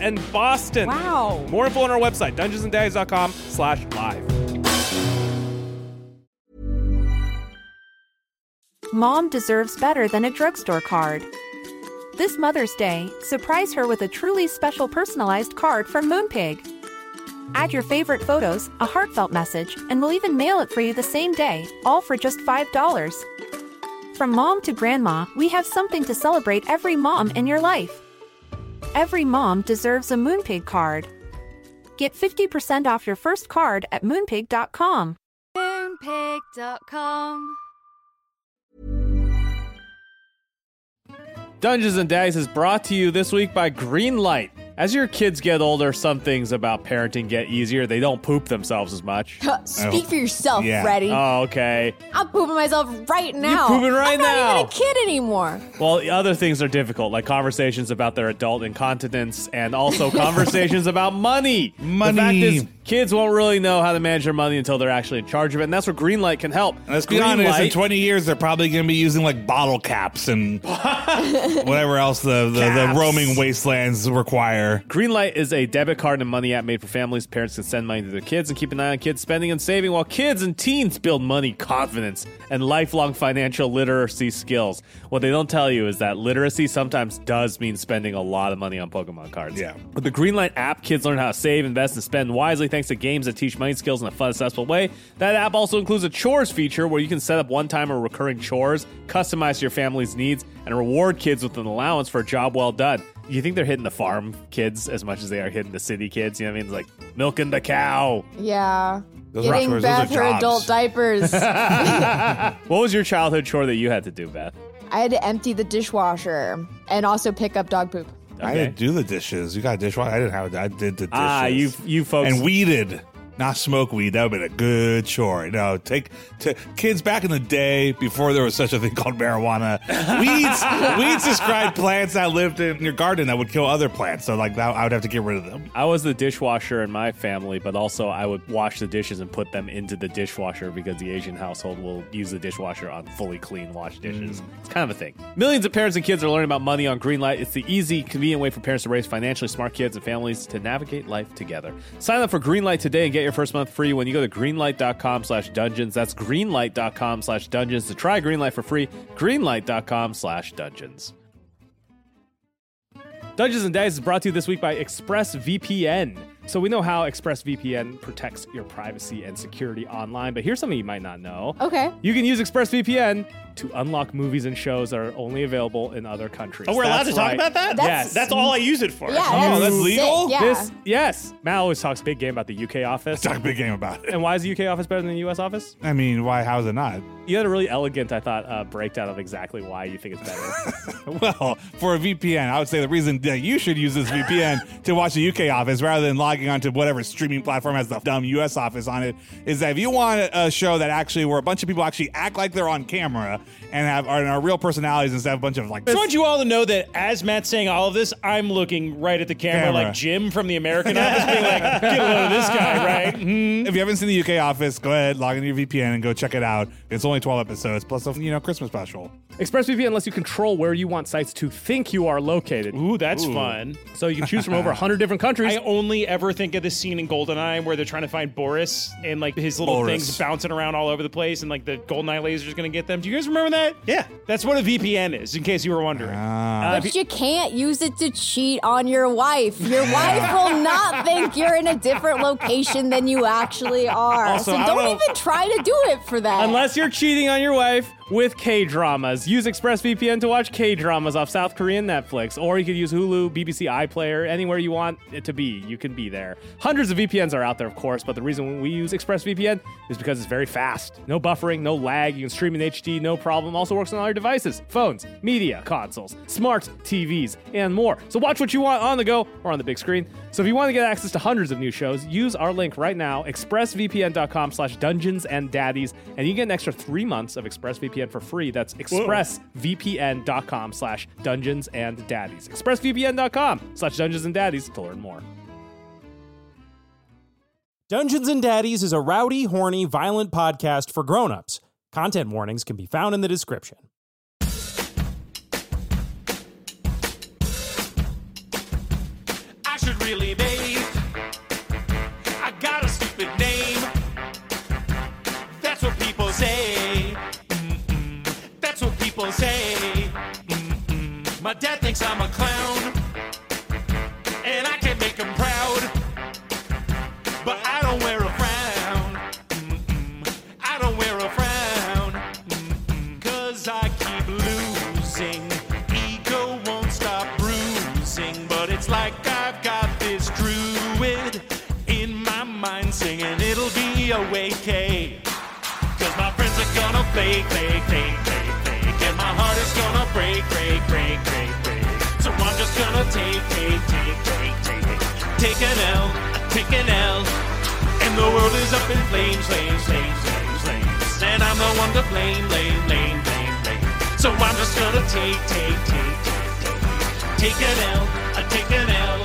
and Boston. Wow. More info on our website, dungeonsanddice.com slash live. Mom deserves better than a drugstore card. This Mother's Day, surprise her with a truly special personalized card from Moonpig. Add your favorite photos, a heartfelt message, and we'll even mail it for you the same day, all for just $5. From mom to grandma, we have something to celebrate every mom in your life. Every mom deserves a Moonpig card. Get 50% off your first card at moonpig.com. Moonpig.com. Dungeons and Dice is brought to you this week by Greenlight. As your kids get older, some things about parenting get easier. They don't poop themselves as much. Speak for yourself, Yeah. Freddy. Oh, okay. I'm pooping myself right now. pooping right I'm not now. even a kid anymore. Well, the other things are difficult, like conversations about their adult incontinence and also conversations about money. Money. The fact is, kids won't really know how to manage their money until they're actually in charge of it, and that's where Greenlight can help. Let's be honest. In Greenlight- 20 years, they're probably going to be using like bottle caps and whatever else the, the, the Caps. roaming wastelands require. Greenlight is a debit card and money app made for families. Parents can send money to their kids and keep an eye on kids' spending and saving while kids and teens build money confidence and lifelong financial literacy skills. What they don't tell you is that literacy sometimes does mean spending a lot of money on Pokemon cards. Yeah. With the Greenlight app, kids learn how to save, invest, and spend wisely thanks to games that teach money skills in a fun, accessible way. That app also includes a chores feature where you can set up one time or recurring chores, customize to your family's needs, and reward kids with an allowance for a job well done. You think they're hitting the farm kids as much as they are hitting the city kids? You know what I mean? It's like milking the cow. Yeah. Those are Getting chores, those Beth are her jobs. adult diapers. I What was your childhood chore that you had to do, Beth? had to empty the dishwasher and also pick up dog poop. I didn't do the dishes. You got a dishwasher. I didn't have. I did the dishes. Ah, you you folks. and weeded, not smoke weed. That would have been a good chore. No, take t- kids back in the day before there was such a thing called marijuana. Weeds, weeds described plants that lived in your garden that would kill other plants. So like that, I would have to get rid of them. I was the dishwasher in my family, but also I would wash the dishes and put them into the dishwasher because the Asian household will use the dishwasher on fully clean washed dishes. It's kind of a thing. Millions of parents and kids are learning about money on Greenlight. It's the easy, convenient way for parents to raise financially smart kids and families to navigate life together. Sign up for Greenlight today and get your first month free when you go to greenlight.com slash dungeons. That's greenlight.com slash dungeons to try Greenlight for free. Greenlight.com slash dungeons. Dungeons and Dice is brought to you this week by ExpressVPN. So we know how ExpressVPN protects your privacy and security online, but here's something you might not know. Okay. You can use ExpressVPN to unlock movies and shows that are only available in other countries. Oh, we're allowed to That's talk right. about that? That's- yes. That's all I use it for. Yeah. that's, Oh, that's sick. legal? Yeah. This, yes. Matt always talks big game about the UK office. Talk a big game about it. And why is the UK office better than the US office? I mean, why? How's it not? You had a really elegant, I thought, uh, breakdown of exactly why you think it's better. Well, for a VPN, I would say the reason that you should use this VPN to watch the UK office rather than logging onto whatever streaming platform has the dumb US office on it is that if you want a show that actually where a bunch of people actually act like they're on camera and have are, are real personalities instead of a bunch of like I want you all to know that as Matt's saying all of this, I'm looking right at the camera, Camera. like Jim from the American Office, being like, "Get a load of this guy, right?" Mhm. mm. if you haven't seen the UK office, go ahead, log into your VPN and go check it out. It's only 12 episodes plus a you know Christmas special. ExpressVPN lets you control where you want sites to think you are located. Ooh, that's fun. So you can choose from over 100 different countries. I only ever think of this scene in Goldeneye where they're trying to find Boris and like his little Boris. things bouncing around all over the place, and like the Goldeneye laser is gonna get them. Do you guys remember that? Yeah, that's what a VPN is. In case you were wondering. But you can't use it to cheat on your wife. Your wife will not think you're in a different location than you actually are. Also, so I don't don't- even try to do it for that. Unless you're cheating on your wife with K dramas. Use ExpressVPN to watch K dramas off South Korean Netflix, or you could use Hulu, BBC iPlayer, anywhere you want it to be. You can be there. Hundreds of VPNs are out there, of course, but the reason we use ExpressVPN is because it's very fast. No buffering, no lag. You can stream in HD, no problem. Also works on all your devices, phones, media consoles, smart TVs, and more. So watch what you want on the go or on the big screen. So if you want to get access to hundreds of new shows, use our link right now, expressvpn.com slash dungeons and daddies, and you get an extra three months of ExpressVPN for free. That's expressvpn.com slash dungeons and daddies. Expressvpn.com slash dungeons and daddies to learn more. Dungeons and Daddies is a rowdy, horny, violent podcast for grown-ups. Content warnings can be found in the description. I should really name. I got a stupid name. That's what people say. Mm-mm. That's what people say. Mm-mm. My dad thinks I'm a clown. And I can make him proud. But I don't wear a frown. Mm-mm. I don't wear a frown. Mm-mm. Cause I keep losing. Ego won't stop bruising. But it's like I've got this druid in my mind singing, it'll be a wake. Cause my friends are gonna fake, fake, fake, fake, fake. And my heart is gonna break, break, break, break, break. So I'm just gonna take, take, take, take, take. Take an L, take an L. And the world is up in flames, flames, flames, flames, flames. And I'm the one to blame, blame, blame, blame, blame. So I'm just gonna take, take, take, take, take. Take an L, I take an L.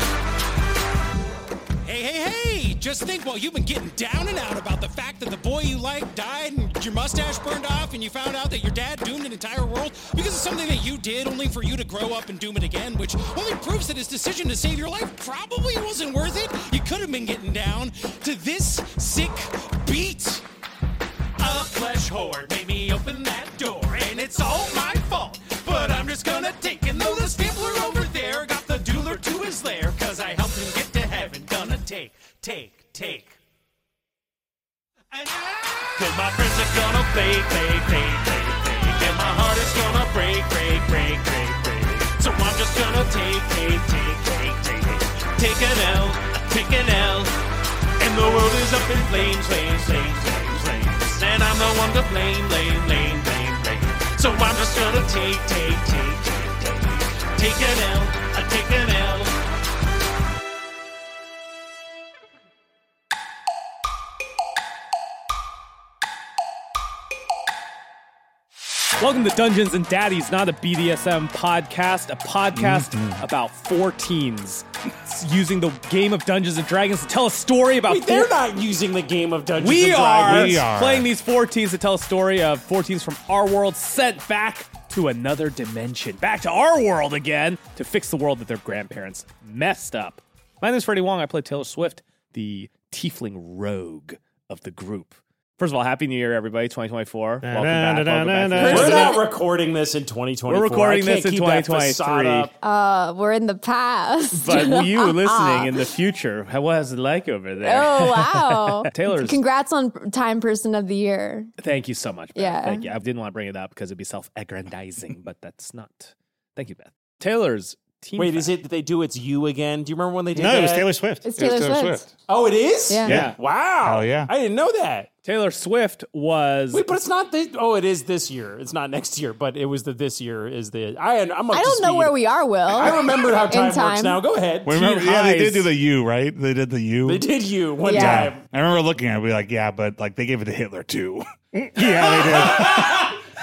Hey, hey, hey! Just think while you've been getting down and out about the fact that the boy you liked died and your mustache burned off and you found out that your dad doomed an entire world because of something that you did only for you to grow up and doom it again, which only proves that his decision to save your life probably wasn't worth it. You could have been getting down to this sick beat. A flesh whore made me open that door, and it's all my fault. But I'm just gonna take it. Though the stippler over there got the dueler to his lair, cause I helped him get to heaven. Gonna take, take, take. And I- Cause my friends are gonna fake, fake, fake, fake, fake. And my heart is gonna break, break, break, break, break. So I'm just gonna take, take, take, take, take. Take an L, take an L. And the world is up in flames, flames, flames, flames, flames. And I'm the one to blame, blame, blame, blame, blame. So I'm just gonna take, take, take, take, take. Take an L, I take an L. Welcome to Dungeons and Daddies, not a BDSM podcast, a podcast about four teens using the game of Dungeons and Dragons to tell a story about Wait, four they're not using the game of Dungeons We and are, Dragons. We are. playing these four teams to tell a story of four teams from our world sent back to another dimension, back to our world again to fix the world that their grandparents messed up. My name is Freddie Wong. I play Taylor Swift, the tiefling rogue of the group. First of all, happy New Year, everybody! 2024. Welcome back. Welcome back. Da-da-da-da-da-da. We're First- not recording this in 2024. We're recording I can't this in keep that facade 2023. up. Uh, we're in the past. But you listening in the future, how was it like over there? oh wow, Taylor's- Congrats on Time Person of the Year. Thank you so much, Beth. Yeah. Thank you. I didn't want to bring it up because it'd be self-aggrandizing, but that's not. Thank you, Beth. Taylor's team. Wait, is it that they do it's you again? Do you remember when they did No, that? it was Taylor Swift. It's Taylor, Swift. Oh, it is? Yeah. Yeah. Wow. Hell yeah. I didn't know that. Taylor Swift was? Wait, but it's not the oh, it is this year. It's not next year, but it was the this year is the I am I'm up I to don't know speed. where we are, Will. I remembered how time, works time. now. Go ahead. Wait, remember- yeah, they highs. did do the U, right? They did the U. They did you one Yeah. Yeah. time. I remember looking at it, be like, yeah, but like they gave it to Hitler too. yeah, they did.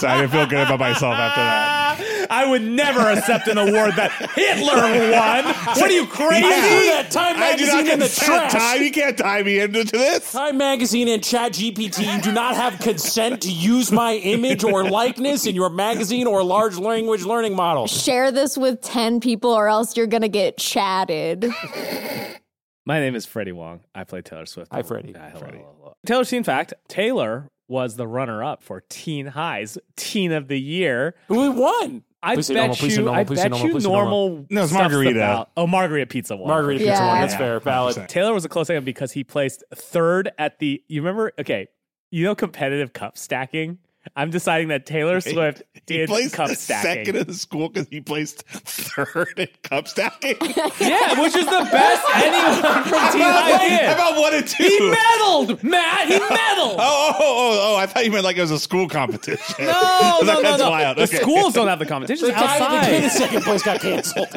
so I didn't feel good about myself after that. I would never accept an award that Hitler won. What are you I crazy? threw that Time I do not magazine in the consent, trash. Time. You can't tie me into this. Time magazine and Chat GPT, you do not have consent to use my image or likeness in your magazine or large language learning model. Share this with ten people, or else you're gonna get chatted. My name is Freddie Wong. I play Taylor Swift. Hi, Freddie. Hi, hello, hello, hello. Taylor's team fact: Taylor was the runner-up for Teen High's Teen of the Year. We won. I Please say bet you. normal, please say normal, I please bet say normal, you please say normal. normal. No, it's stuff's margarita. about- Oh, margarita pizza won. Margarita Yeah. pizza won. That's Yeah. fair. Valid. 100%. Taylor was a close second because he placed third at the. You remember? Okay, you know competitive cup stacking. I'm deciding that Taylor Swift He did placed cup stacking. second in the school because he placed third in cup stacking. yeah, which is the best anyone from Team How about- High did. how about one and two? He meddled, Matt. He meddled. Oh, oh, oh, oh, I thought you meant like it was a school competition. No, Like, no, no, that's no. wild. The Okay. schools don't have the competition. The It's guy that outside came in second place got canceled.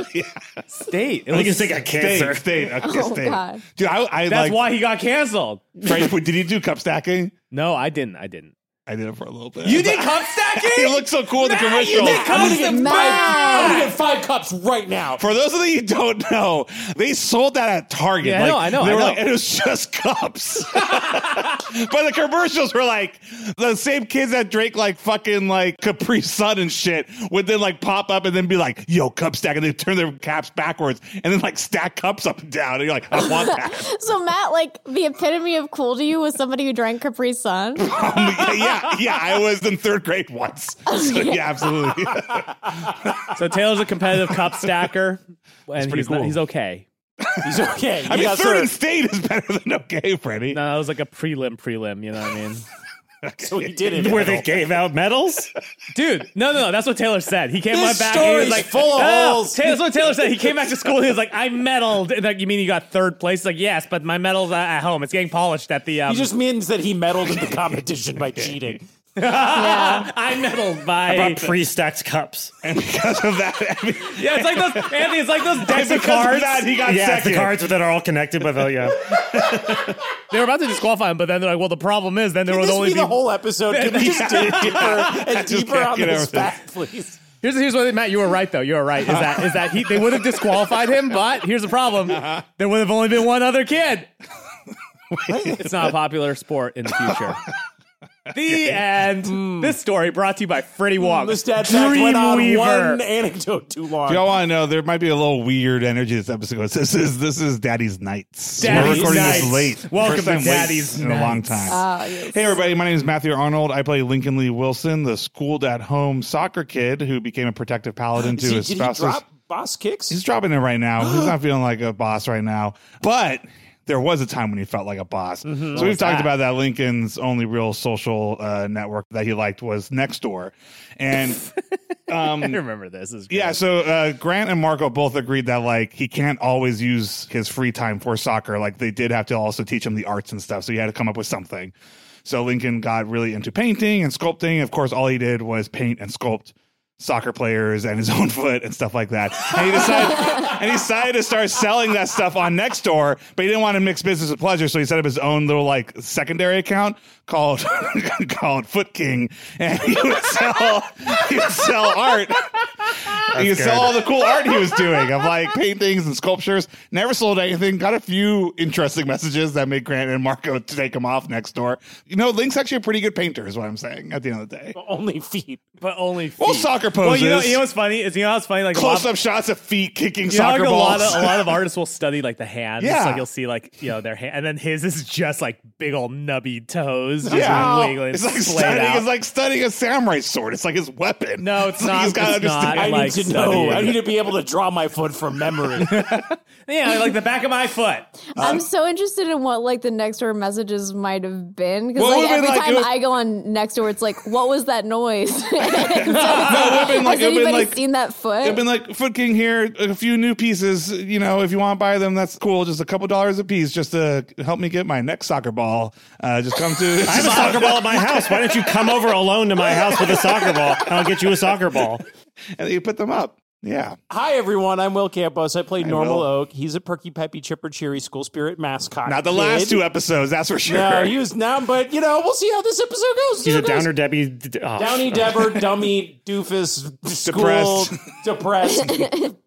state. It I think was- it's like a State, cancer. state, okay, Oh, state. God. Dude, I, I that's like. why he got canceled. Frank, did he do cup stacking? No, I didn't. I didn't. I did it for a little bit. You did cup stacking. He looked so cool in the commercial. cup stacking. I'm Matt. gonna get five cups right now. For those of you who don't know, they sold that at Target. Yeah, I know, I know, They I were know. like, it was just cups. but the commercials were like the same kids that drink like fucking like Capri Sun and shit would then like pop up and then be like, yo, cup stack. And they turn their caps backwards and then like stack cups up and down. And you're like, I want that. So Matt, like the epitome of cool to you was somebody who drank Capri Sun. Uh, Um, yeah, yeah. I was in third grade once. So, yeah, absolutely. So Taylor's a competitive cup stacker, and pretty he's, not- cool. he's okay. He's okay. I You mean, got third in third. state is better than okay, Freddie. No, that was like a prelim, prelim. You know what I mean, So he did it. Where they gave out medals? dude? No, no, no. That's what Taylor said. He came This back. and he was story's like full of No, no, no. holes. Taylor, that's what Taylor said. He came back to school. and He was like, I medaled. And like, you mean you got third place? He's Like, yes, but my medal's uh, at home. It's getting polished at the. Um, He just means that he meddled in the competition by cheating. yeah. Ah, I medaled About by. pre-stacked cups. And because of that, I mean, Yeah, it's like those. Anthony, it's like those decks because of of cards. that, he got Yeah, it's second. the cards that are all connected by the yeah. They were about to disqualify him, but then they're like, well, the problem is, then there was this only be the people- whole episode. Can we just dig deeper and Just deeper on get over this. this fact, please? Here's here's what Matt, you were right though. You were right. Is that is that he they would have disqualified him, but here's the problem. There would have only been one other kid. it's not a popular sport in the future. The end. Hmm. This story brought to you by Freddie Wong. This dad fact went on Dreamweaver. one anecdote too long. If y'all want to know, there might be a little weird energy this episode. goes, This is this is Daddy's Nights. Daddy's We're recording Nights. this late. Welcome First to time late Daddy's in a long Nights. time. Oh, yes. Hey, everybody. My name is Matthew Arnold. I play Lincoln Lee Wilson, the schooled at home soccer kid who became a protective paladin to Did he- his did he spouse's. drop boss kicks? He's dropping it right now. He's not feeling like a boss right now. But there was a time when he felt like a boss. So we've talked about that. Lincoln's only real social uh, network that he liked was Nextdoor. And I remember this. this is great. yeah, so uh, Grant and Marco both agreed that like he can't always use his free time for soccer. Like they did have to also teach him the arts and stuff, so he had to come up with something. So Lincoln got really into painting and sculpting. Of course, all he did was paint and sculpt soccer players and his own foot and stuff like that. And he decided and he decided to start selling that stuff on Nextdoor, but he didn't want to mix business with pleasure, so he set up his own little like secondary account called called Foot King, and he would sell he would sell art you could sell all the cool art he was doing of like paintings and sculptures. Never sold anything. Got a few interesting messages that made Grant and Marco to take him off next door. You know, Link's actually a pretty good painter, is what I'm saying. At the end of the day, only feet. but only feet. Well, soccer Well, you know, poses. you know what's funny is you know what's funny like a lot close of- up shots of feet kicking You know, like soccer a lot balls. of a lot of artists will study like the hands. Yeah. Like you'll see like you know their hand, and then his is just like big old nubby toes. Just yeah, wiggling, it's like splayed studying. out. It's like studying a samurai sword. It's like his weapon. No, it's not. He's got to It's not. understand. I, like need to studying. know. I need to be able to draw my foot from memory. yeah, like the back of my foot. I'm so interested in what like the next door messages might have been because Well, it like would've every been like- time it would- I go on next door, it's like, what was that noise? been like- Has it would've been anybody like- seen that foot? I've been like Foot King here, a few new pieces. You know, if you want to buy them, that's cool. Just a couple dollars a piece, just to help me get my next soccer ball. Uh, just come to. I have a soccer ball at my house. Why don't you come over alone to my house with a soccer ball? And I'll get you a soccer ball. and you put them up. Yeah. Hi everyone, I'm Will Campos. I play Normal Will. Oak. He's a perky, peppy, chipper, cheery school spirit mascot. Not the kid. last two episodes, that's for sure. No, he was now, but you know, we'll see how this episode goes. He's See a how it goes. downer Debbie. d- oh. Downy Debber, dummy, doofus, school, depressed,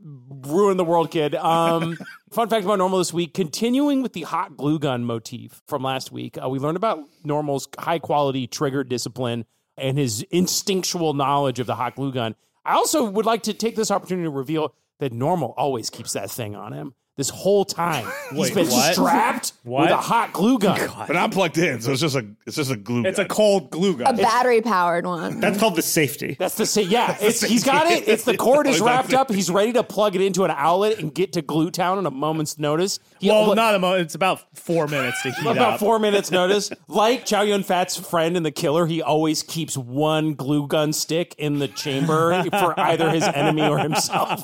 ruin the world kid. Um, fun fact about Normal this week, continuing with the hot glue gun motif from last week, uh, we learned about Normal's high quality trigger discipline and his instinctual knowledge of the hot glue gun. I also would like to take this opportunity to reveal that Normal always keeps that thing on him. this whole time. He's Wait, been what? strapped with What? a hot glue gun. But I'm plugged in, so it's just a it's just a glue. It's a gun. cold glue A gun. battery powered one. That's called the safety. That's the same. Yeah, it's, he's got it. It's the cord is wrapped up. He's ready to plug it into an outlet and get to glue town on a moment's notice. He- Well, look, not a mo. It's about four minutes to heat about up. four minutes notice. Like Chow Yun Fat's friend in The Killer, he always keeps one glue gun stick in the chamber for either his enemy or himself.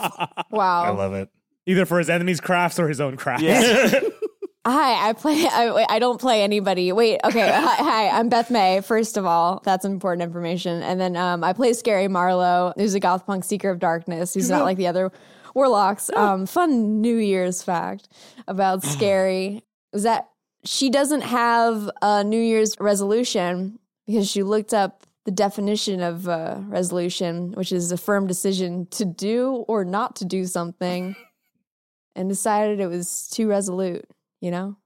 Wow. I love it. Either for his enemy's crafts or his own crafts. Hi, I play. I, I don't play anybody. Wait, okay. hi, hi, I'm Beth May. First of all, that's important information. And then um, I play Scary Marlowe, who's a goth punk seeker of darkness, who's not like the other warlocks. Um, fun New Year's fact about Scary was that she doesn't have a New Year's resolution because she looked up the definition of uh, resolution, which is a firm decision to do or not to do something, and decided it was too resolute you know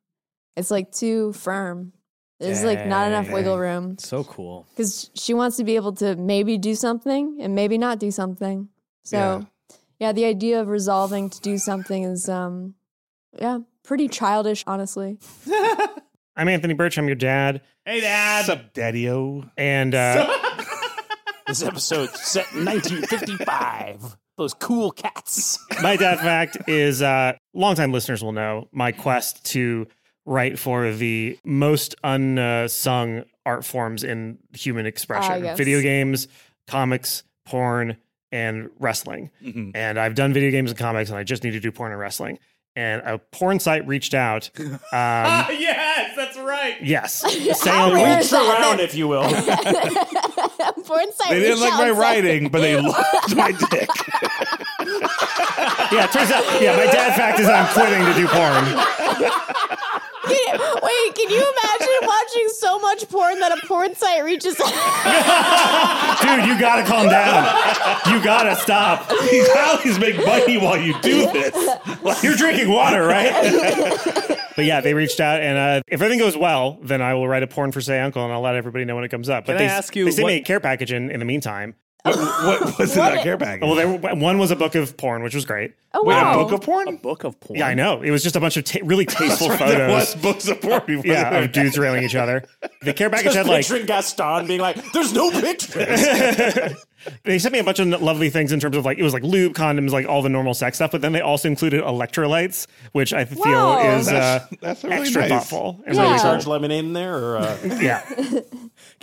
it's like too firm there's like not enough wiggle room So cool. because she wants to be able to maybe do something and maybe not do something so yeah, the idea of resolving to do something is um yeah pretty childish honestly I'm Anthony Birch. I'm your dad. Hey, Dad. Sup, Daddy-o? And uh, This episode set in 1955. Those cool cats. my dad fact is uh, longtime listeners will know my quest to write for the most unsung art forms in human expression Ah, yes. video games, comics, porn, and wrestling. Mhm. Mm-hmm. And I've done video games and comics, and I just need to do porn and wrestling. And a porn site reached out. Um, yes, that's right. yes. How Saying, rare we is that? Around, if you will. Porn site They didn't reach like out my and said- writing, but they loved my dick. Yeah, it turns out. Yeah, my dad fact is I'm quitting to do porn. Can you- wait can you imagine watching so much porn that a porn site reaches out Dude, you gotta calm down. You gotta stop. These alleys make money while you do this. You're drinking water, right? but yeah, they reached out, and uh, if everything goes well, then I will write a porn for Say Uncle, and I'll let everybody know when it comes up. But Can they I ask you they sent what- me a care package in, in the meantime. What was in that care Well, package? there one was a book of porn, which was great. oh Wait, wow a book of porn? A book of porn. Yeah, I know. It was just a bunch of ta- really tasteful There was photos. books of porn before Yeah, there were of dudes railing each other. The care package had like Picturing Gaston being like, there's no pictures. they sent me a bunch of lovely things in terms of like it was like lube condoms like all the normal sex stuff but then they also included electrolytes which i feel Wow. is uh, That's- that's really extra nice. thoughtful and Yeah. really Charge cool. lemonade in there or uh, yeah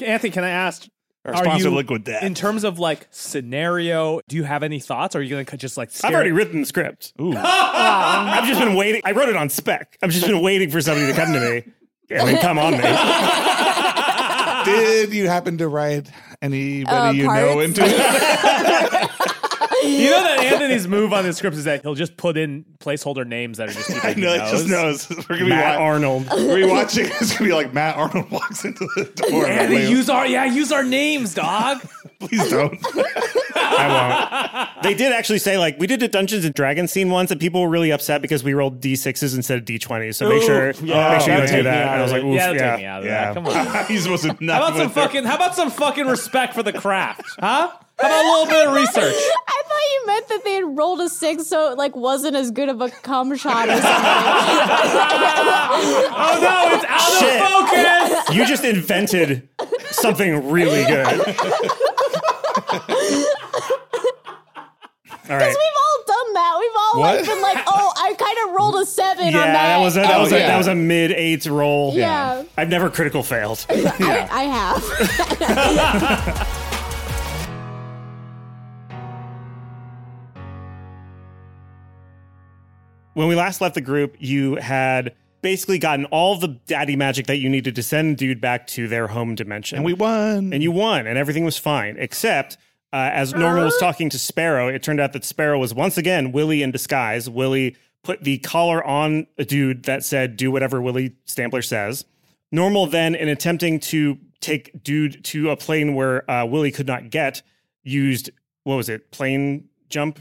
Anthony, can I ask? Our are sponsor, you- Liquid Death. In terms of like scenario, do you have any thoughts? Or are you going to just like? i've stare- already written the script i've just been waiting i wrote it on spec i've just been waiting for somebody to come to me and then come on me Did you happen to write anybody Uh, you know parts. into it? You know that Anthony's move on the scripts is that he'll just put in placeholder names that are just. I know, it just knows. We're gonna be matt wa- arnold we're watching. It's gonna be like Matt Arnold walks into the door. and I'm Anthony, like, use our yeah, use our names, dog. please don't. I won't. They did actually say like we did a Dungeons and Dragons scene once, and people were really upset because we rolled d sixes instead of d twenties. So make Ooh, yeah, sure, make sure you that'd don't take me do that. out And I was of like, it. oof, yeah, yeah, that'll take me out of that. Come on. How He's supposed to not. about some with it. fucking? How about some fucking respect for the craft, huh? How about a little bit of research? I thought you meant that they had rolled a six, so it like wasn't as good of a cum shot or something. Oh no, it's out Shit. of focus. You just invented something really good. All right. We've all done that. We've all like What? been like, oh, I kind of rolled a seven on Yeah, that. that was a that Oh, was a, yeah. that was a mid eight roll. Yeah. Yeah. I've never critical failed. I, I have. when we last left the group, you had basically gotten all the daddy magic that you needed to send dude back to their home dimension. And we won. and you won, and everything was fine, except uh, as Norman was talking to Sparrow, it turned out that Sparrow was once again Willie in disguise. Willie put the collar on a dude that said, "Do whatever Willie Stampler says." Normal then, in attempting to take dude to a plane where uh, Willie could not get, used what was it? Plane jump,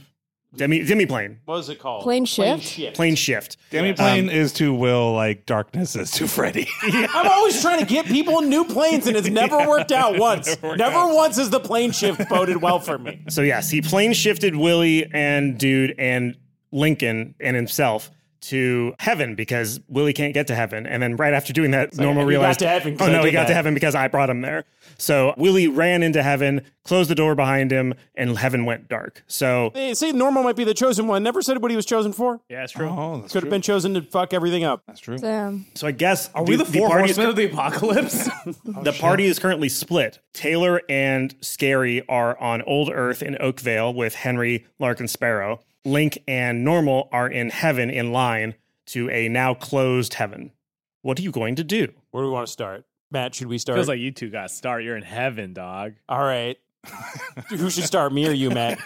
demi demi plane, what is it called? Plane shift? plane shift. Demi Plane is to Will like darkness is to Freddy. I'm always trying to get people new planes, and it's never worked out once. Never, once has the plane shift boded well for me. So yes, he plane shifted Willie and dude and Lincoln and himself to heaven because Willie can't get to heaven. And then right after doing that, Normal "He got realized, to heaven 'cause oh I no, he did got to that." heaven because I brought him there. So Willie ran into heaven, closed the door behind him, and heaven went dark. So They say Normal might be the chosen one. Never said what he was chosen for. Yeah, that's true. Oh, that's Could have true. been chosen to fuck everything up. That's true. So, so I guess Are we the, four party is- horsemen of the apocalypse? the party is currently split. Taylor and Scary are on Old Earth in Oakvale with Henry, Larkin Sparrow. Link and Normal are in heaven in line to a now closed heaven. What are you going to do? Where do we want to start? Matt, should we start? Feels like you two got a start. You're in heaven, dog. All right. Who should start, me or you, Matt?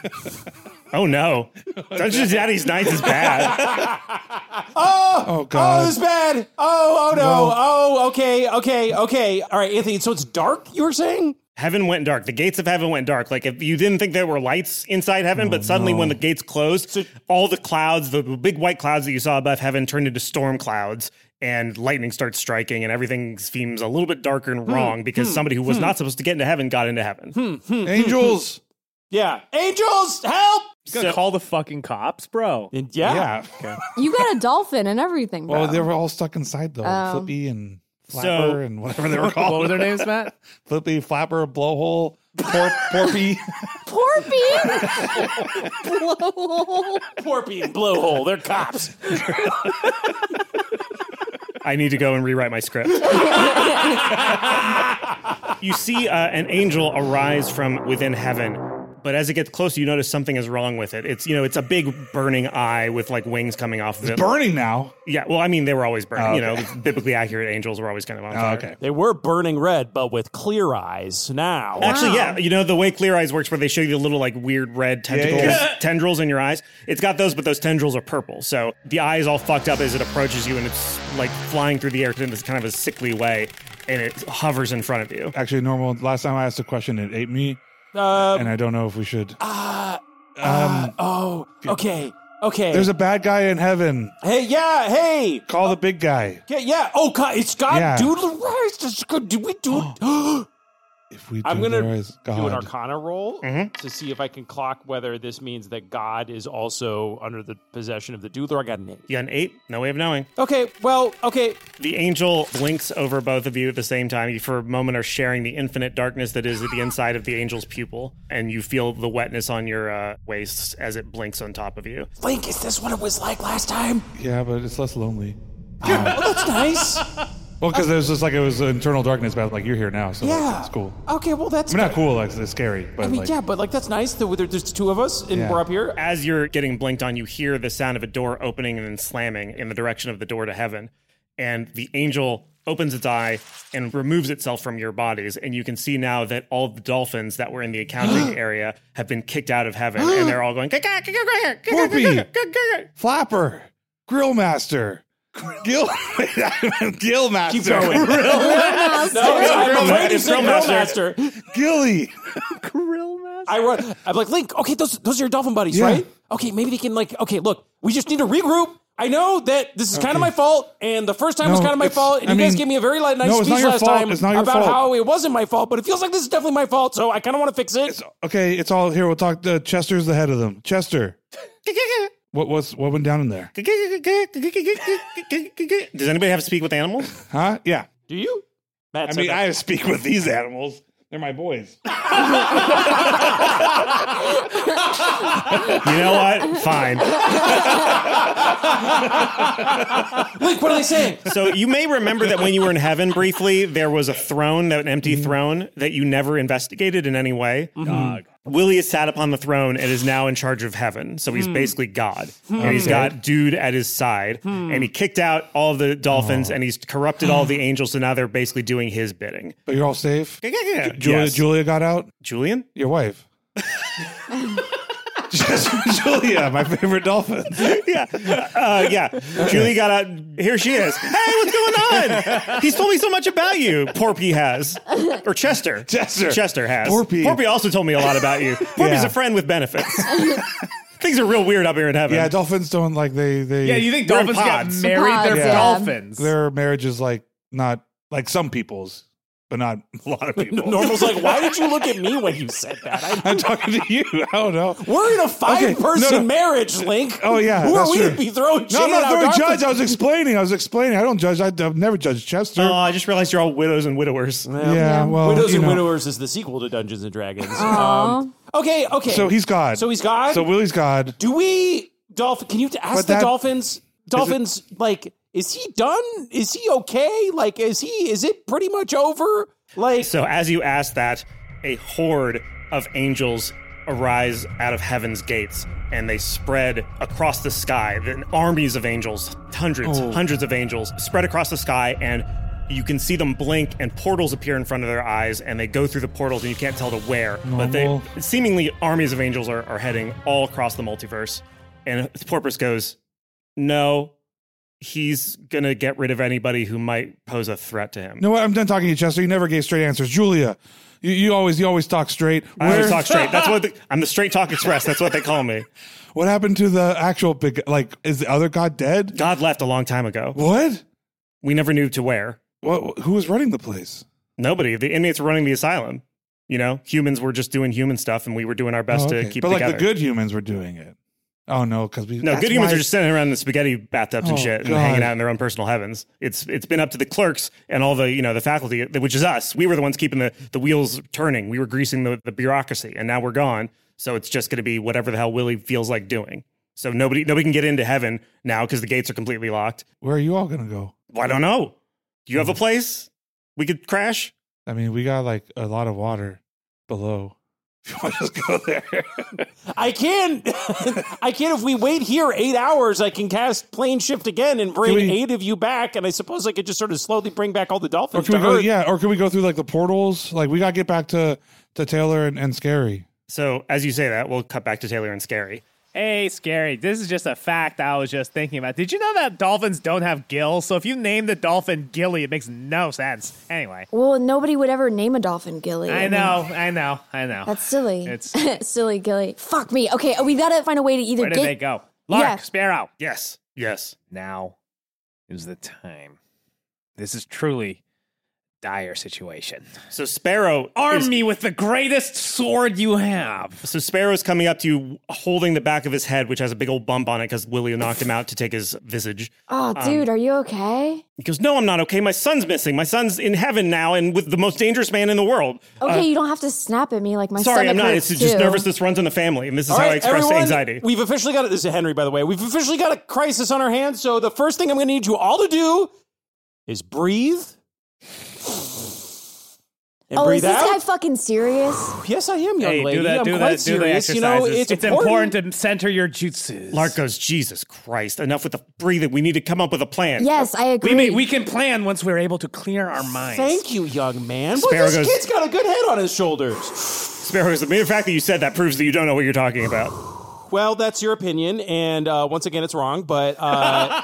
Oh no. Dungeons and Daddy's Nights is bad. Oh, Oh, God. Oh, this is bad. Oh, oh no. Well- oh, okay, okay, okay. All right, Anthony. So it's dark. You were saying? heaven went dark. The gates of heaven went dark. Like if you didn't think there were lights inside heaven, but suddenly when the gates closed, all the clouds, the big white clouds that you saw above heaven turned into storm clouds and lightning starts striking and everything seems a little bit darker and wrong because somebody who was not supposed to get into heaven got into heaven. Angels. Yeah. Angels, help! You gonna call the fucking cops, bro. And yeah. Yeah. you got a dolphin and everything. Bro. Well, they were all stuck inside though. Flippy and Flapper So- and whatever they were called. What were their names, Matt? Flippy, Flapper, Blowhole, Por- Porpy. Porpy. Porpy and Blowhole. They're cops. I need to go and rewrite my script. you see uh, an angel arise from within heaven, but as it gets closer, you notice something is wrong with it. It's you know, it's a big burning eye with like wings coming off of it. Burning now. yeah, well, I mean, they were always burning. Oh, You know, biblically accurate angels were always kind of on Oh, fire. okay. They were burning red, but with clear eyes now. Actually, yeah, you know the way Clear Eyes works, where they show you the little like weird red tentacles, tendrils in your eyes. It's got those, but those tendrils are purple. So the eye is all fucked up as it approaches you, and it's like flying through the air in this kind of a sickly way, and it hovers in front of you. Actually, normal. Last time I asked a question, it ate me, Uh, and I don't know if we should. um, uh, oh, okay. Okay. There's a bad guy in heaven. hey, yeah, hey. Call the big guy. Yeah, yeah. Oh, God. It's God. Yeah. Dude, Larice. It's God. Did we do it? If we do, I'm gonna there is God. Mm-hmm. do an Arcana roll to see if I can clock whether this means that God is also under the possession of the Doodler. I got an eight. You got an eight? No way of knowing. Okay, well, okay. The angel blinks over both of you at the same time. You, for a moment, are sharing the infinite darkness that is at the inside of the angel's pupil, and you feel the wetness on your uh, waists as it blinks on top of you. Link, is this what it was like last time? yeah, but it's less lonely. Well, that's nice. Well, because it was just like it was internal darkness, but like you're here now, so like, Yeah. it's cool. Okay, well, that's. I mean, not cool. Like it's scary, but I mean, like, yeah, but like that's nice. That there- there's two of us and Yeah. we're up here. As you're getting blinked on, you hear the sound of a door opening and then slamming in the direction of the door to heaven, and the angel opens its eye and removes itself from your bodies and you can see now that all the dolphins that were in the accounting area have been kicked out of heaven and they're all going Whoopi! Flapper, Grill Master, Gill, Gill Master, Keep going. no, Grill I'm afraid Master. you said Grill Grill Master. Master. Gilly. I run. I'm like Link. Okay, those those are your dolphin buddies, Yeah. right? Okay, maybe they can like. Okay, look, we just need to regroup. I know that this is kind of my fault, and the first time was No, kind of my it's- fault, and I you guys mean- gave me a very li- nice No, it's not speech your last fault. time It's not your about fault. how it wasn't my fault, but it feels like this is definitely my fault. So I kind of want to fix it. Okay, it's all here. We'll talk. Uh, Chester's the head of them. Chester, what what's what went down in there? Does anybody have to speak with animals? Huh? Yeah. Do you? Matt I said mean, that. I speak with these animals. They're my boys. You know what? Fine. Link, what are they saying? So you may remember that when you were in heaven briefly, there was a throne, that an empty throne that you never investigated in any way. Dog. Willie is sat upon the throne and is now in charge of heaven. So he's basically God. And he's Okay. got dude at his side. And he kicked out all the dolphins and he's corrupted all the angels. So now they're basically doing his bidding. But you're all safe. Julia, Yes. Julia got out. Julian? Your wife. Just Julia, my favorite dolphin. yeah. Uh, yeah. Julie got out. Here she is. Hey, what's going on? He's told me so much about you. Porpy has. Or Chester. Chester. Chester has. Porpy. Porpy also told me a lot about you. Porpy's Yeah. a friend with benefits. Things are real weird up here in heaven. Yeah, dolphins don't like they they. Yeah, you think They're in dolphins got pods. married? They're Pods, yeah. dolphins. their marriage is like not like some people's. but not a lot of people. Normal's like, why did you look at me when you said that? I, I'm talking to you. I don't know. we're in no, a five-person no. marriage, Link. Oh yeah, who that's are we true. to be throwing? No, I'm shade at not our throwing dark- judge. I was explaining. I was explaining. I don't judge. I, have never judged Chester. Oh, I just realized you're all widows and widowers. yeah, well, Widows you and know. Widowers is the sequel to Dungeons and Dragons. Aw. Um, okay, okay. So he's God. So he's God. So Willie's God. Do we, Dolphin? Can you t- ask But the that- Dolphins? Dolphins, like, is he done? Is he okay? Like, is he? Is it pretty much over? Like, So as you ask that, a horde of angels arise out of heaven's gates and they spread across the sky. Then armies of angels, hundreds, Oh. hundreds of angels spread across the sky and you can see them blink and portals appear in front of their eyes and they go through the portals and you can't tell to where. But they Normal. seemingly armies of angels are, are heading all across the multiverse. And Porpoise goes, No, he's gonna get rid of anybody who might pose a threat to him. You know what? I'm done talking to you, Chester. You never gave straight answers. Julia, you, you always you always talk straight. I always Where- talk straight. That's what the, I'm the Straight Talk Express. That's what they call me. What happened to the actual big? Like, is the other God dead? God left a long time ago. What? We never knew to where. What? Who was running the place? Nobody. The inmates were running the asylum. You know, humans were just doing human stuff, and we were doing our best Oh, to okay. keep but together. like the good humans were doing it. Oh no, because we no, that's good humans why- are just sitting around in the spaghetti bathtubs and Oh, shit, and God. hanging out in their own personal heavens. It's it's been up to the clerks and all the you know the faculty, which is us. We were the ones keeping the the wheels turning. We were greasing the, the bureaucracy, and now we're gone. So it's just going to be whatever the hell Willie feels like doing. So nobody nobody can get into heaven now because the gates are completely locked. Where are you all gonna go? Well, I don't know. Do you have a place we could crash? I mean, we got like a lot of water below. If you want to just go there. I can, I can. If we wait here eight hours, I can cast plane shift again and bring Can we- eight of you back. And I suppose I could just sort of slowly bring back all the or dolphins can to we go? Earth. Yeah, or can we go through like the portals? Like we gotta get back to to Taylor and, and Scary. So, as you say that, we'll cut back to Taylor and Scary. Hey, Scary, this is just a fact I was just thinking about. Did you know that dolphins don't have gills? So if you name the dolphin Gilly, it makes no sense. Anyway, Well, nobody would ever name a dolphin Gilly. I mean, know, I know, I know. That's silly. It's- silly Gilly. Fuck me. Okay, oh, we gotta find a way to either Where did get. they go? Lark, Yeah. Sparrow. Yes. Yes. Now is the time. This is truly dire situation. So, Sparrow. Arm is- me with the greatest sword you have. So, Sparrow's coming up to you, holding the back of his head, which has a big old bump on it because Willie knocked him out to take his visage. Oh, dude, are you okay? He goes, No, I'm not okay. My son's missing. My son's in heaven now and with the most dangerous man in the world. Okay, you don't have to snap at me like my Sorry, stomach I'm not. hurts It's just too. nervousness runs in the family. And this is how I express anxiety. We've officially got it. This is Henry, by the way. We've officially got a crisis on our hands. So the first thing I'm going to need you all to do is breathe and Oh, is breathe this guy out. fucking serious? yes, I am, young Hey, lady. do that, I'm do quite that, do the serious. exercises. you know, it's, important. to center your jutsus. Lark goes, Jesus Christ, enough with the breathing. We need to come up with a plan. Yes, I agree. we, may, we can plan once we're able to clear our minds. Thank you, young man. Well, Sparrow this goes- kid's got a good head on his shoulders. Sparrow goes, The mere fact that you said that proves that you don't know what you're talking about. Well, that's your opinion, and uh, once again, it's wrong. But uh,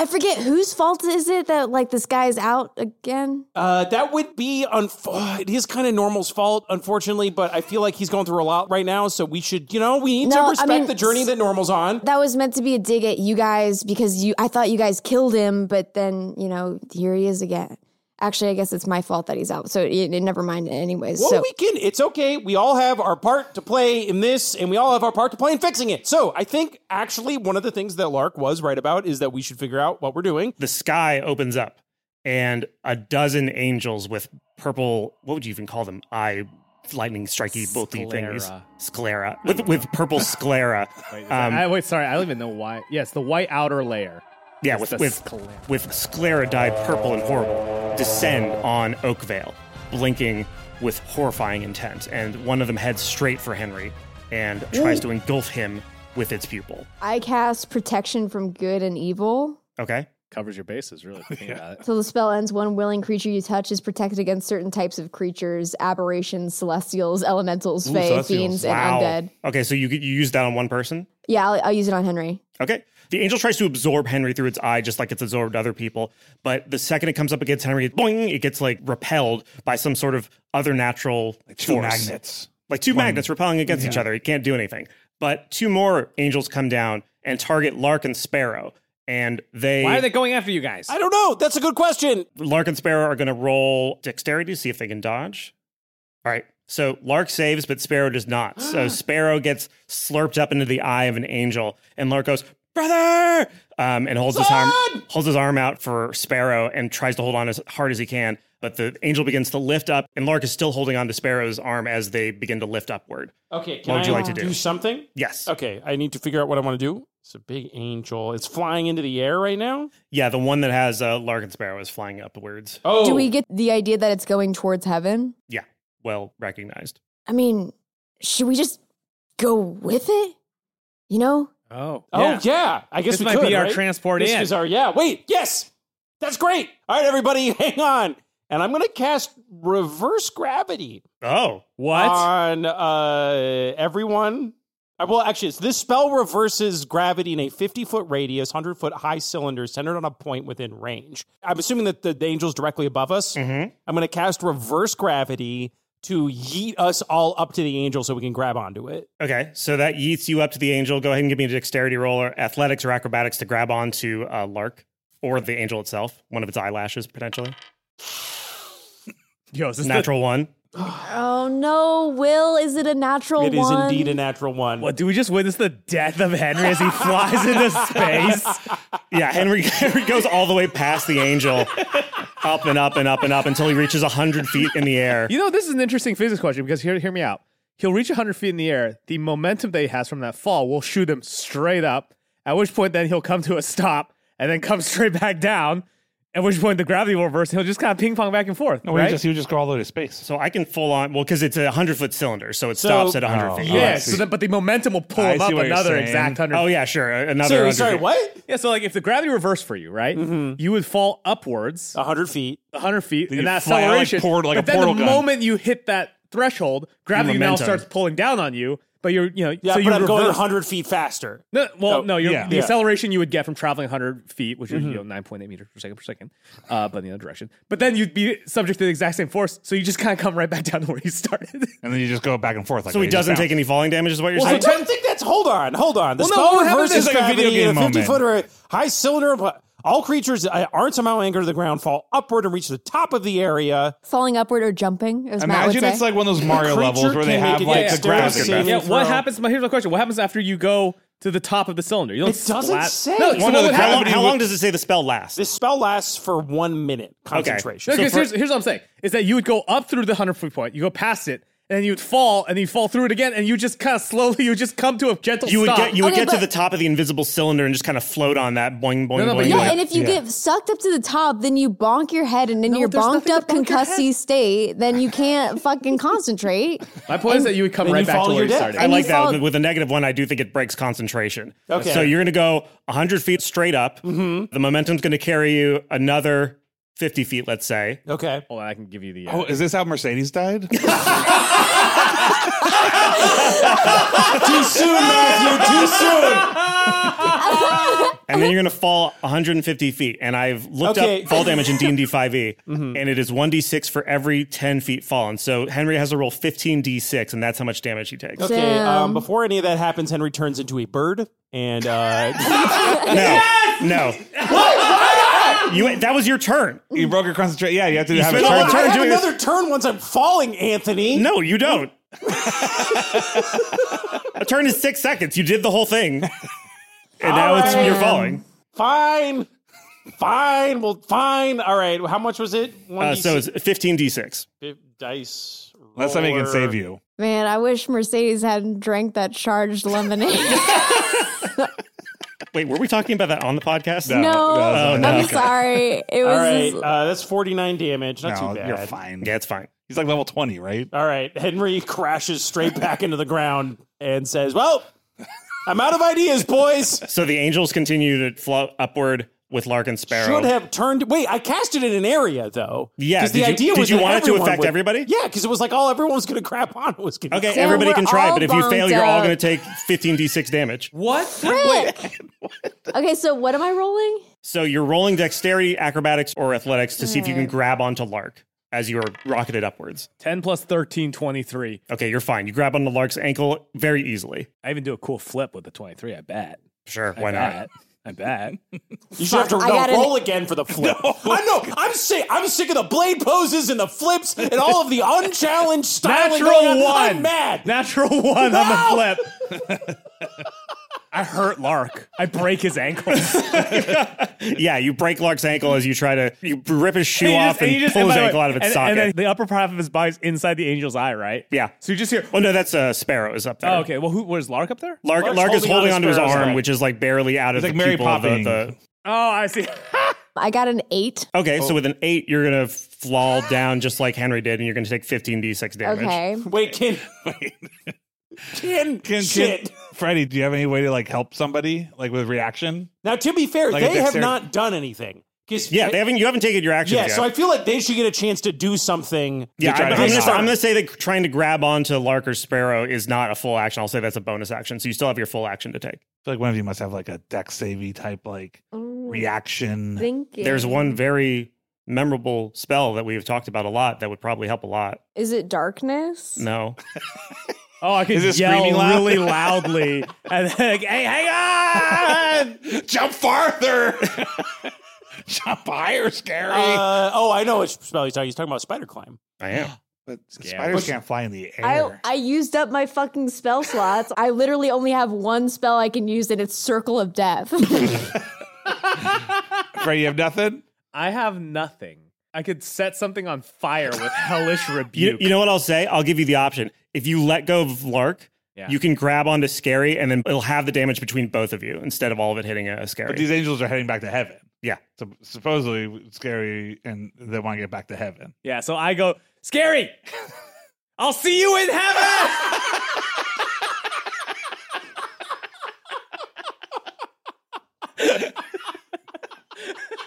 I forget whose fault is it that like this guy's out again. uh, that would be unf- it is kind of normal's fault, unfortunately. But I feel like he's going through a lot right now, so we should, you know, we need No, to I respect mean, the journey that normal's on. that was meant to be a dig at you guys because you. I thought you guys killed him, but then you know here he is again. Actually, I guess it's my fault that he's out. So it, it- never mind. Anyways, Well, so we can. It's okay. We all have our part to play in this, and we all have our part to play in fixing it. So I think actually one of the things that Lark was right about is that we should figure out what we're doing. the sky opens up and a dozen angels with purple what would you even call them eye lightning strikey bolty thingies sclera Sclera. with with purple sclera um, I, wait, sorry, I don't even know why. Yes, the white outer layer. yeah with It's the with sclera. with sclera dyed purple and horrible descend on oakvale blinking with horrifying intent and one of them heads straight for henry and tries to engulf him with its pupil I cast protection from good and evil. okay Covers your bases, really. Think about it. So the spell ends. One willing creature you touch is protected against certain types of creatures, aberrations, celestials, elementals, Ooh, fae, celestials. fiends, Wow. and undead. okay so you you use that on one person Yeah, I'll, I'll use it on Henry. Okay. The angel tries to absorb Henry through its eye, just like it's absorbed other people. But the second it comes up against Henry, boing, it gets like repelled by some sort of other natural Two force. magnets. Like two magnets repelling against each other. It can't do anything. But two more angels come down and target Lark and Sparrow. and they, Why are they going after you guys? I don't know. That's a good question. Lark and Sparrow are going to roll dexterity to see if they can dodge. All right. So Lark saves, but Sparrow does not. So Sparrow gets slurped up into the eye of an angel, and Lark goes, "Brother!" Um, and holds his arm holds his arm out for Sparrow and tries to hold on as hard as he can. But the angel begins to lift up, and Lark is still holding on to Sparrow's arm as they begin to lift upward. Okay, What would you like to do? something? Yes. Okay, I need to figure out what I want to do. It's a big angel. It's flying into the air right now. Yeah, the one that has uh, Lark and Sparrow is flying upwards. Oh, Do we get the idea that it's going towards heaven? Yeah, well recognized. I mean, should we just go with it? You know? Oh, Oh yeah, I guess This we might could, be our right? transport This in. is our yeah. Wait, yes, that's great. All right, everybody, hang on, and I'm gonna cast reverse gravity Oh, what? on uh, everyone. Uh, Well, actually, it's this spell reverses gravity in a 50 foot radius, 100 foot high cylinder centered on a point within range. I'm assuming that the, the angel's directly above us. Mhm. I'm going to cast reverse gravity to yeet us all up to the angel so we can grab onto it. okay. So that yeets you up to the angel. Go ahead and give me a dexterity roll or athletics or acrobatics to grab onto uh, Lark or the angel itself, one of its eyelashes potentially. Yo, is this natural? Natural one. Oh no, Will, is it a natural It is one? indeed a natural one. what, do we just witness the death of Henry as he flies into space? Yeah, Henry, Henry goes all the way past the angel, up and up and up and up until he reaches 100 feet in the air. You know, this is an interesting physics question because hear, hear me out. He'll reach 100 feet in the air. The momentum that he has from that fall will shoot him straight up, at which point then he'll come to a stop and then come straight back down, at which point the gravity will reverse. He'll just kind of ping pong back and forth. Oh, No, right? he, just, he would just go all the way to space. So I can full on, well, because it's a 100 foot cylinder, so it stops at 100 Oh, feet. yeah. yeah, I so see. then, but the momentum will pull I him see up what you're another saying. exact 100 Oh, yeah, sure. Another Sorry, 100 sorry, feet. what? Yeah, so like if the gravity reversed for you, right? You would fall upwards 100 feet. 100 Mm-hmm. feet Then in you that fly out like acceleration. port- like but a then portal the gun. moment you hit that threshold, gravity now momentum. starts pulling down on you. But you're, you know, Yeah, so but you I'm going reverse. 100 feet faster. No, well, Oh, no, you're, yeah. Mm-hmm. the Yeah. acceleration you would get from traveling 100 feet, which is you know 9.8 meters per second per second, uh, but in the other direction. But then you'd be subject to the exact same force, so you just kind of come right back down to where you started. And then you just go back and forth. Like So he doesn't take any falling damage, is what you're Well, I saying? so don't think that's. Hold on, hold on. The Well, no, spell what happens reverses is like a gravity video in a game 50 moment. footer high cylinder. of- All creatures that aren't somehow anchored to the ground fall upward and reach the top of the area. Falling upward or jumping, as Matt would Imagine say. it's like one of those Mario creature levels where they can have make a like the dexterity graphic. saving yeah, what throw. happens? My here's my question: What happens after you go to the top of the cylinder? You don't It doesn't splat- say. No, so One what of the would How long, happen? gravity how would- long does it say the spell lasts? This spell lasts for one minute. Concentration. No, 'cause here's, here's what I'm saying: is that you would go up through the 100 foot point, you go past it, and then you would fall, and then you fall through it again, and you just kind of slowly, you would just come to a gentle you would stop. get you would Okay, get to but- the top of the invisible cylinder and just kind of float on that boing boing no, but boing. you- yeah, boing. and if you get sucked up to the top, then you bonk your head, and in your there's bonked nothing to up bonk your concussy state, then you can't fucking concentrate. My point is that you would come Then right you back to follow your where you death. started. I and like you that fall- with, with a negative one. I do think it breaks concentration. Okay. so you're going to go 100 feet straight up. The momentum's going to carry you another 50 feet, let's say. Okay. Hold on, I can give you the. uh, Oh, is this how Mercedes died? Too soon, Matthew. Too soon. And then you're going to fall 150 feet. And I've looked Okay. up fall damage in D&D 5e, E, and it is 1d6 for every 10 feet fallen. So Henry has to roll 15d6, and that's how much damage he takes. Okay. Um, Damn. before any of that happens, Henry turns into a bird, and uh, No. You, that was your turn. you broke your concentration. Yeah, you have to have a spent all turn. the I Turn have doing this- another turn once I'm falling, Anthony. No, you don't. a turn is six seconds. You did the whole thing. And now it's Alright. you're falling. Fine. Fine. Well, fine. All right. How much was it? One Uh, so it's 15d6. dice. Roller. That's something can save you. Man, I wish Mercedes hadn't drank that charged lemonade. Wait, were we talking about that on the podcast? no, no, no, I'm okay. sorry. It All was. right. just- Uh, that's 49 damage. Not No, too bad. you're fine. Yeah, it's fine. He's like level 20, right? All right. Henry crashes straight back into the ground and says, Well, I'm out of ideas, boys. So the angels continue to float upward with Lark and Sparrow. Should have turned. Wait, I casted it in an area, though. Yeah, 'Cause the did you- idea did was you that want it to everyone affect would- everybody? Yeah, because it was like all everyone was going to grab on was going to. okay, Damn, everybody we're can try, all but if you bonked fail, you're all up. going to take 15d6 damage. Frick. okay, so what am I rolling? So you're rolling dexterity, acrobatics, or athletics to see if you can grab onto Lark as you're rocketed upwards. 10 plus 13, 23. Okay, you're fine. You grab onto Lark's ankle very easily. I even do a cool flip with the 23, I bet. Sure, I why not? bet. I bet. You should have to Fuck, I no, got an- roll again for the flip. I know. I'm sick. I'm sick of the blade poses and the flips and all of the unchallenged styling. Natural going on. I'm one. mad. Natural one on No! the flip. I hurt Lark. I break his ankles. yeah, you break Lark's ankle as you try to you rip his shoe He off just- and, he just- pull his by the way, ankle out of its and, socket. And then the upper half of his body's inside the angel's eye, right? Yeah. So you just hear. well, no, that's a uh, sparrow is up there. Oh, okay. Well, who was Lark up there? Lark, Lark's Lark is holding holding on onto to his Sparrow's arm, eye. which is like barely out of He's the like Mary people of the- Poppins. the- Oh, I see. I got an eight. Okay, so with an eight, you're gonna fall down just like Henry did, and you're gonna take 15 d6 damage. Okay. Wait, can can Can, shit. Can, Freddie, do you have any way to like help somebody like with reaction? Now, to be fair, Like a they have dexterity- not done anything. 'Cause- Yeah, they haven't. You haven't taken your action. yeah. yet. So I feel like they should get a chance to do something. yeah, I'm, to try to I'm gonna, hang say- on. I'm gonna say that trying to grab onto Lark or Sparrow is not a full action. I'll say that's a bonus action. So you still have your full action to take. I feel like one of you must have like a deck savvy type like reaction. Thinking. There's one very memorable spell that we've talked about a lot that would probably help a lot. Is it darkness? No, Oh, I Is can it yell screaming loud? really loudly. And then, like, hey, hang on! Jump farther. Jump higher, scary. Uh, oh, I know which spell he's talking. He's talking about spider climb. I am. but spiders spiders can't fly in the I, air. I used up my fucking spell slots. I literally only have one spell I can use, and it's Circle of Death. Freddie, you have nothing. I have nothing. I could set something on fire with hellish You, rebuke. you know what I'll say? I'll give you the option. If you let go of Lark, Yeah. you can grab onto Scary, and then it'll have the damage between both of you instead of all of it hitting a Scary. But these angels are heading back to heaven. yeah. So supposedly scary, and they want to get back to heaven. yeah, so I go, Scary! I'll see you in heaven!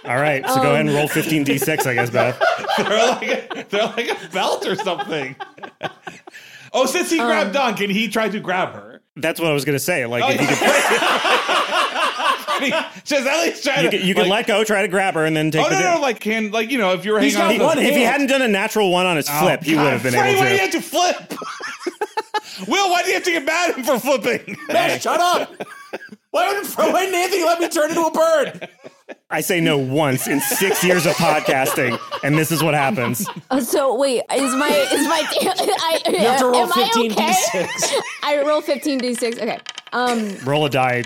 All right. So go ahead and roll 15d6, I guess, Beth. they're like a, they're like a belt or something. oh, since he grabbed on, can he try to grab her? That's what I was going to say. Like, Oh, if you yeah. could Just at least try you to. could, you could like, let go, try to grab her, and then take Oh the no, da- no, like oh, can like you know if you were He's hanging on got to one the- If he hand. hadn't done a natural one on his Oh, flip, he would have been Freddie, able Why do you to. have to flip? Will, why do you have to get mad at him for flipping? Man, shut up! Why would why didn't Anthony let me turn into a bird? I say no once in six years of podcasting, and this is what happens. Oh, so wait, is my is my I, You have to roll am I 15 okay? d6. I roll fifteen d six. Okay, um, Roll a die.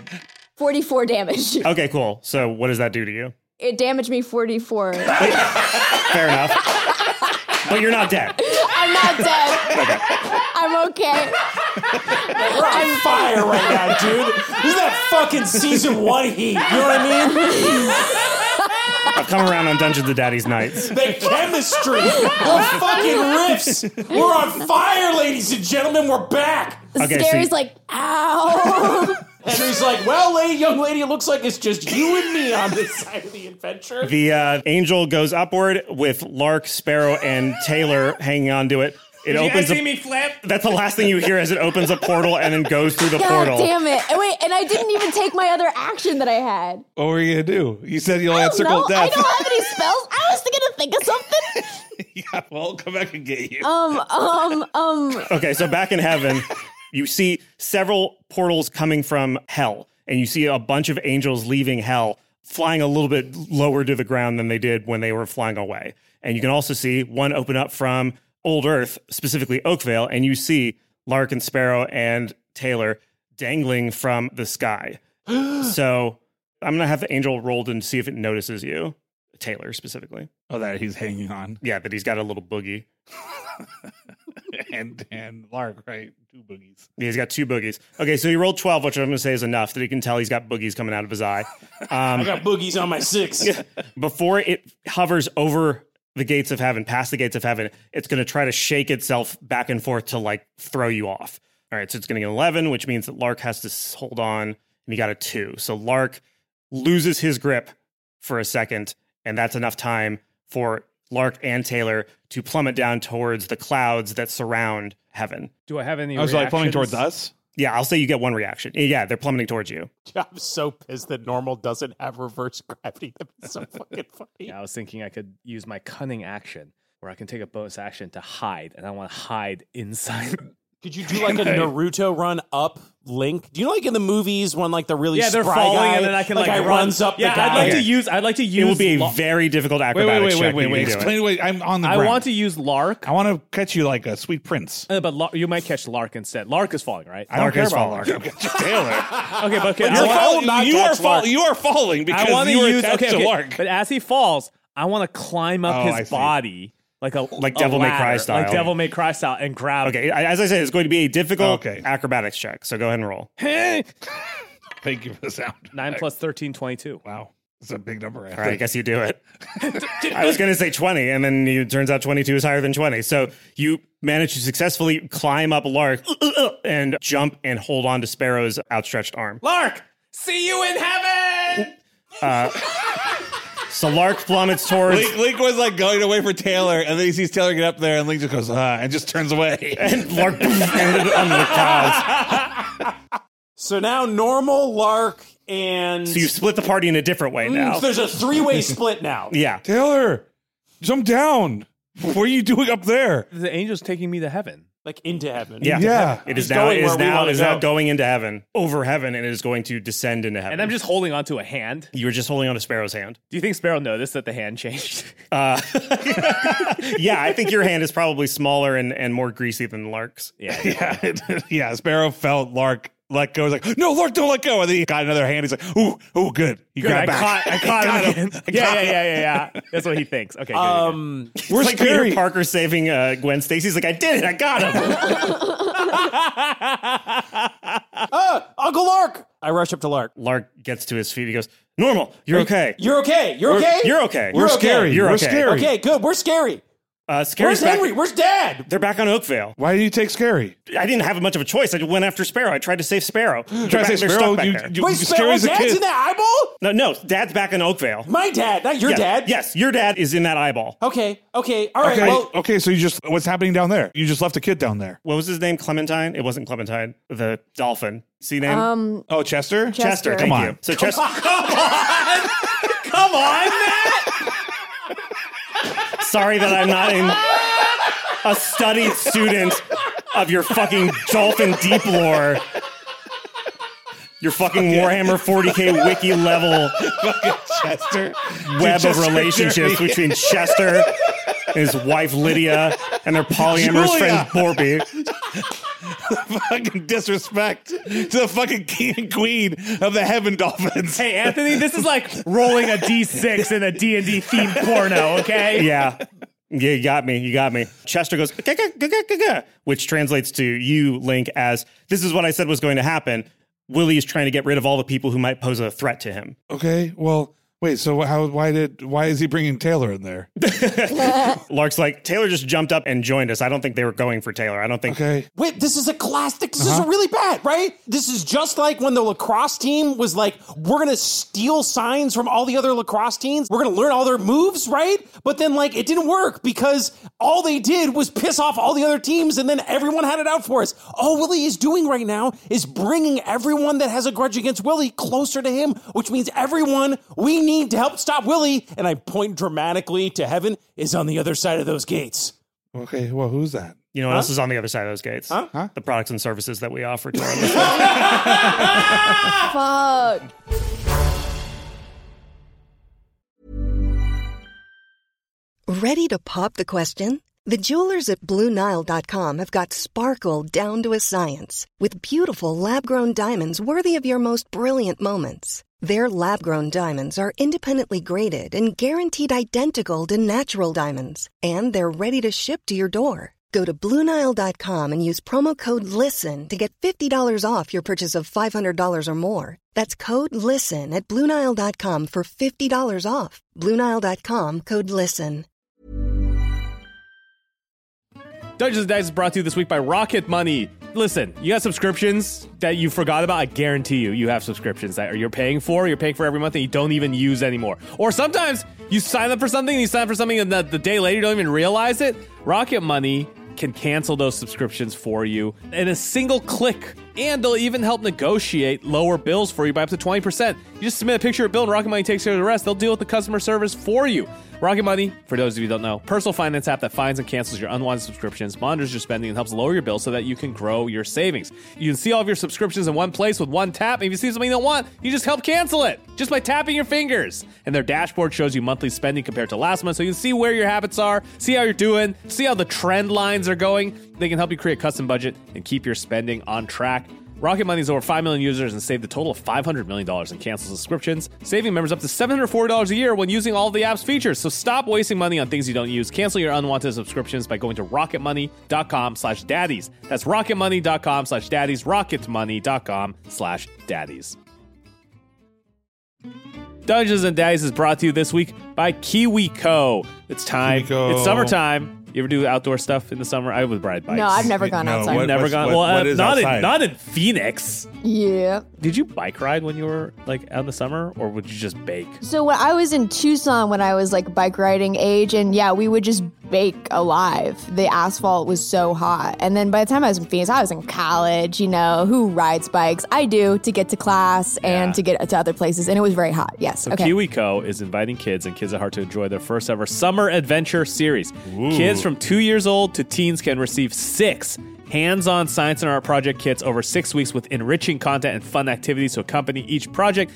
forty four damage. Okay, cool. So, what does that do to you? It damaged me forty four. Fair enough. But you're not dead. I'm not dead. I'm okay. We're on fire right now, dude. This is that fucking season one heat. You know what I mean? I've come around on Dungeons of Daddy's Nights. The chemistry, the fucking riffs. We're on fire, ladies and gentlemen. We're back. Okay, so Scary's you- like, ow. And he's like, "Well, lady, young lady, it looks like it's just you and me on this side of the adventure." The uh, angel goes upward with Lark, Sparrow, and Taylor hanging on to it. It you guys opens. see A, me flip? that's the last thing you hear as it opens a portal and then goes through the God portal. damn it! And wait, and I didn't even take my other action that I had. What were you gonna do? You said you'll I had don't circle know. of I death. don't have any spells. I was gonna think of something. yeah, well, I'll come back and get you. Um, um, um. Okay, so back in heaven, you see several portals coming from hell, and you see a bunch of angels leaving hell, flying a little bit lower to the ground than they did when they were flying away. And you can also see one open up from Old Earth, specifically Oakvale, and you see Lark and Sparrow and Taylor dangling from the sky. so I'm gonna have the angel rolled and see if it notices you, Taylor specifically. Oh, that he's hanging on, Yeah, that he's got a little boogie. and and Lark, right? Two boogies. Yeah, he's got two boogies. Okay, so he rolled 12, which I'm going to say is enough that he can tell he's got boogies coming out of his eye. I got boogies on my six. Before it hovers over the gates of heaven, past the gates of heaven, it's going to try to shake itself back and forth to like throw you off. All right, so it's going to get 11, which means that Lark has to s- hold on, and he got a two. So Lark loses his grip for a second, and that's enough time for Lark and Taylor to plummet down towards the clouds that surround heaven. Do I have any I was like coming towards reactions? us. Yeah, I'll say you get one reaction. Yeah, they're plummeting towards you. I'm so pissed that normal doesn't have reverse gravity. That's so fucking funny. Yeah, I was thinking I could use my cunning action where I can take a bonus action to hide, and I want to hide inside Could you do like a Naruto run up Link? Do you know, like in the movies when like the really yeah, they're spry falling, guy, and then I can like, guy run- runs up. Yeah, the guy. I'd like to use. I'd like to use. It will be a Lar- very difficult acrobatic wait, check. wait, that you wait, can do Explain it. away. I'm on the I ground. want to use Lark, I want to catch you like a sweet prince. uh, but Lark, you might catch Lark instead. Lark is falling, right? I don't care is about Lark. falling. Taylor. Okay, but okay, You're I fall- want- you are fall- you are falling because I want to you were use. attached Okay, to okay, Lark. but as he falls, I want to climb up Oh, I his see. body like a Like a Devil May Cry ladder, style. like Devil May Cry style, and grab. Okay, I- as I said, it's going to be a difficult Okay. acrobatics check. So go ahead and roll. Thank you for the sound. Nine plus 13, 22. Wow, it's a big number. I All right, I think. guess you do it. I was going to say 20, and then you, it turns out 22 is higher than 20. So you manage to successfully climb up Lark and jump and hold on to Sparrow's outstretched arm. Lark, see you in heaven. So Lark plummets towards. Link, Link was like going away for Taylor, and then he sees Taylor get up there, and Link just goes ah, and just turns away. and Lark landed on the clouds. So now normal Lark and So you split the party in a different way now. Mm, So there's a three way split now. Yeah. Taylor, jump down. What are you doing up there? The angel's taking me to heaven. Like into heaven. Yeah. Yeah. It is It's now going it is where we now wanna is now go. going into heaven, over heaven, and it is going to descend into heaven. And I'm just holding onto a hand. you were just holding on to Sparrow's hand. Do you think Sparrow noticed that the hand changed? Uh, yeah, I think your hand is probably smaller and, and more greasy than Lark's. yeah. Yeah, yeah. Sparrow felt Lark let go. He's like, no, Lark, don't let go. And then he got another hand. He's like, ooh, ooh, good. You Good, got I back. caught, I caught Got him. again. I yeah, got yeah, him. yeah, yeah, yeah. That's what he thinks. Okay, good, good, good. Um, We're It's like scary. Peter Parker saving uh, Gwen Stacy's like, I did it, I got him. ah, Uncle Lark. I rush up to Lark. Lark gets to his feet. He goes, Normal, you're okay. You're okay. You're We're- okay. You're okay. Uh, We're okay. scary. You're We're okay. scary. Okay, good. We're scary. Uh, Scary's Where's back. Henry? Where's Dad? They're back on Oakvale. Why do you take scary? I didn't have much of a choice. I went after Sparrow. I tried to save Sparrow. They're Try to back- say they're Sparrow. stuck back You, there. you, Wait, scary Sparrow, as a Dad's kid. in that eyeball? No, no, Dad's back in Oakvale. My dad, not your Yeah. dad. Yes, your dad is in that eyeball. Okay. Okay. All right. Okay, Well, okay, so you just what's happening down there? You just left a kid down there. What was his name? Clementine? It wasn't Clementine. The dolphin. See name? Oh, Chester. Chester. Chester. Thank Come you. on. So Chester. Come on, Matt. Sorry that I'm not in a studied student of your fucking dolphin deep lore. Your fucking Warhammer 40k wiki level Chester. web of Chester relationships Jeremy. between Chester and his wife Lydia and their polyamorous Julia. friend Borby. fucking disrespect to the fucking king and queen of the heaven dolphins. Hey, Anthony, this is like rolling a D6 in a D&D themed porno, okay? Yeah. Yeah, you got me. You got me. Chester goes, "Gah, gah, gah, gah, gah, gah," which translates to you, Link, as this is what I said was going to happen. Willie is trying to get rid of all the people who might pose a threat to him. Okay, well, wait. So how? Why did? Why is he bringing Taylor in there? Lark's like, Taylor just jumped up and joined us. I don't think they were going for Taylor. I don't think. Okay, wait, this is a classic. This is really bad, right? This is just like when the lacrosse team was like, we're going to steal signs from all the other lacrosse teams. We're going to learn all their moves, right? But then, like, it didn't work because all they did was piss off all the other teams and then everyone had it out for us. All Willie is doing right now is bringing everyone that has a grudge against Willie closer to him, which means everyone we need to help stop Willie. And I point dramatically to heaven is on the other side of those gates. okay. Well, who's that? You know what else is on the other side of those gates? Huh? The products and services that we offer to our listeners. Fuck. Ready to pop the question? The jewelers at BlueNile.com have got sparkle down to a science with beautiful lab grown diamonds worthy of your most brilliant moments. Their lab grown diamonds are independently graded and guaranteed identical to natural diamonds, and they're ready to ship to your door. Go to BlueNile.com and use promo code LISTEN to get $50 off your purchase of $500 or more. That's code LISTEN at BlueNile.com for $50 off. BlueNile.com code LISTEN. Dungeons and Dice is brought to you this week by Rocket Money. Listen, you got subscriptions that you forgot about. I guarantee you, you have subscriptions that you're paying for, you're paying for every month, and you don't even use anymore. Or sometimes you sign up for something, and you sign up for something, and the, the day later you don't even realize it. Rocket Money can cancel those subscriptions for you in a single click. And they'll even help negotiate lower bills for you by up to 20%. You just submit a picture of bill and Rocket Money takes care of the rest. They'll deal with the customer service for you. Rocket Money, for those of you who don't know, personal finance app that finds and cancels your unwanted subscriptions, monitors your spending, and helps lower your bills so that you can grow your savings. You can see all of your subscriptions in one place with one tap. If you see something you don't want, you just help cancel it just by tapping your fingers. And their dashboard shows you monthly spending compared to last month so you can see where your habits are, see how you're doing, see how the trend lines are going. They can help you create a custom budget and keep your spending on track. Rocket Money's over 5 million users and saved a total of $500 million in canceled subscriptions, saving members up to $740 a year when using all the app's features. So stop wasting money on things you don't use. Cancel your unwanted subscriptions by going to rocketmoney.com slash daddies. That's rocketmoney.com slash daddies, rocketmoney.com slash daddies. Dungeons and Daddies is brought to you this week by KiwiCo. It's time. KiwiCo. It's summertime. You ever do outdoor stuff in the summer? I would ride bikes. No, I've never gone No, outside. what- Never what's- gone. what- well, what uh, is not outside? in not in Phoenix. Yeah. Did you bike ride when you were like out in the summer, or would you just bake? So when I was in Tucson, when I was like bike riding age, and yeah, we would just bake alive. The asphalt was so hot. And then by the time I was in Phoenix, I was in college. You know, who rides bikes? I do to get to class and to get to other places, and it was very hot. Yes. So okay. KiwiCo is inviting kids and kids at heart to enjoy their first ever summer adventure series. Kids from two years old to teens can receive six hands-on science and art project kits over six weeks with enriching content and fun activities to accompany each project.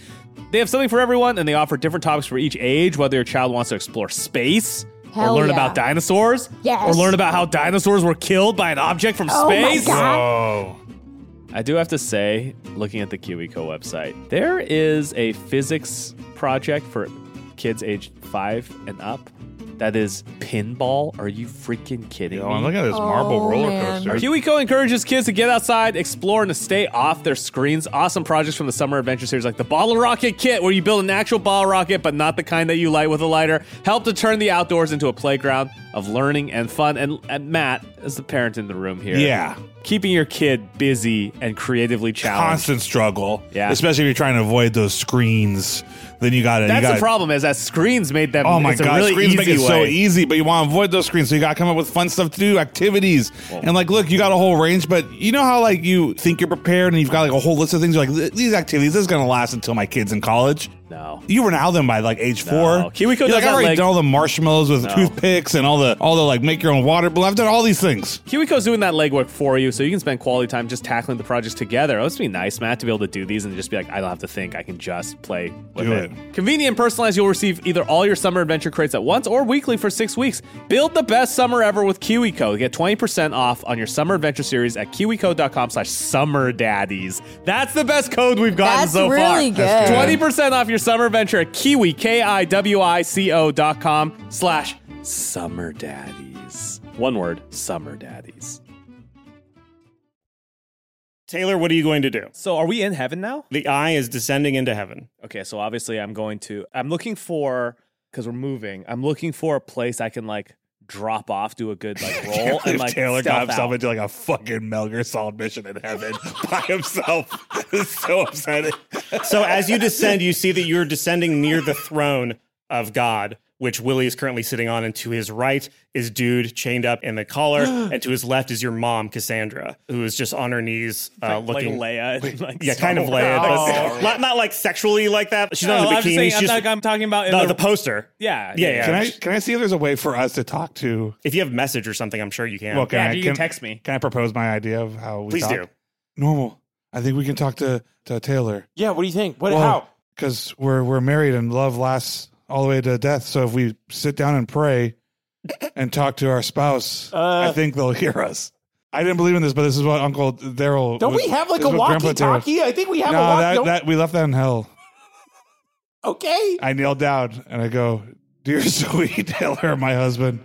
They have something for everyone, and they offer different topics for each age. Whether your child wants to explore space. Hell or learn yeah. about dinosaurs, Yes. or learn about how dinosaurs were killed by an object from Oh my space. God. Oh, I do have to say, looking at the KiwiCo website, there is a physics project for kids aged five and up that is pinball. Are you freaking kidding yo, me? I'm looking at this marble Oh, roller man. coaster. KiwiCo encourages kids to get outside, explore, and to stay off their screens. Awesome projects from the Summer Adventure series, like the Bottle Rocket Kit, where you build an actual bottle rocket, but not the kind that you light with a lighter, help to turn the outdoors into a playground of learning and fun. And, and Matt, as the parent in the room here, Yeah. keeping your kid busy and creatively challenged. Constant struggle, Yeah. Especially if you're trying to avoid those screens, then you got to. That's you gotta, the problem is that screens made them. Oh my it's god, a really screens easy make it way. so e- easy, but you want to avoid those screens, so you got to come up with fun stuff to do, activities, and like, look, you got a whole range, but you know how like you think you're prepared, and you've got like a whole list of things. You're like, these activities this is gonna last until my kids in college. No. You were now them by like age four. KiwiCo You're does like, I that, already like- done all the marshmallows with toothpicks and all the all the like make your own water. But I've done all these things. KiwiCo's doing that legwork for you, so you can spend quality time just tackling the projects together. Oh, it's be nice, Matt, to be able to do these and just be like, I don't have to think. I can just play with Do it. it. Convenient and personalized, you'll receive either all your summer adventure crates at once or weekly for six weeks. Build the best summer ever with KiwiCo. Get 20% off on your summer adventure series at kiwico.com slash summer daddies. That's the best code we've gotten That's so far. really good. Twenty percent off your summer venture at Kiwi K I W I C O dot com slash summer daddies. One word, summer daddies. Taylor, what are you going to do? So are we in heaven now? The eye is descending into heaven. Okay, so obviously I'm going to I'm looking for because we're moving, I'm looking for a place I can like drop off, do a good like roll and If like Taylor stealth got himself out. into like a fucking Melgar Solid mission in heaven by himself. It's so upsetting. So as you descend, you see that you're descending near the throne of God, which Willie is currently sitting on, and to his right is dude chained up in the collar, and to his left is your mom, Cassandra, who is just on her knees, uh, like looking. Leia and like yeah, kind of Star Leia, Wars. but not, not like sexually like that. She's No, not in a I'm bikini. just saying, She's I'm, just- not- I'm talking about in no, the, the poster. yeah, Yeah, yeah. Can I can I see if there's a way for us to talk to? If you have message or something, I'm sure you can. Well, can Yeah, I, you can text me. Can I propose my idea of how we Please talk? do. Normal. I think we can talk to, to Taylor. Yeah, what do you think? What? how? Because we're we're married and love lasts all the way to death. So if we sit down and pray and talk to our spouse, Uh, I think they'll hear us. I didn't believe in this, but this is what Uncle Daryl. Don't was- we have like this a is what Grandpa Daryl- walkie-talkie? I think we have No, a walkie. that, don't- that we left that in hell. okay. I kneel down and I go, Dear sweet Taylor, my husband,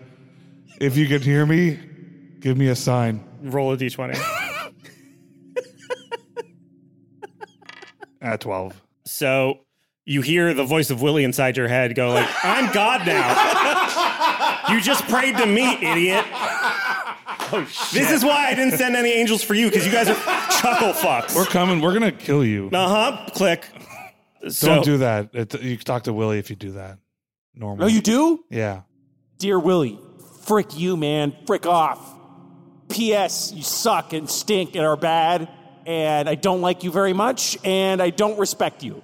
if you can hear me, give me a sign. Roll a d20. At 12. so you hear the voice of Willie inside your head go like, I'm God now. you just prayed to me, idiot. Oh, This is why I didn't send any angels for you, because you guys are chuckle fucks. We're coming. We're going to kill you. Uh-huh. Click. So, Don't do that. It, you can talk to Willie if you do that. Normal. No, you do? Yeah. Dear Willie, frick you, man. Frick off. P.S. You suck and stink and are bad. and I don't like you very much, and I don't respect you.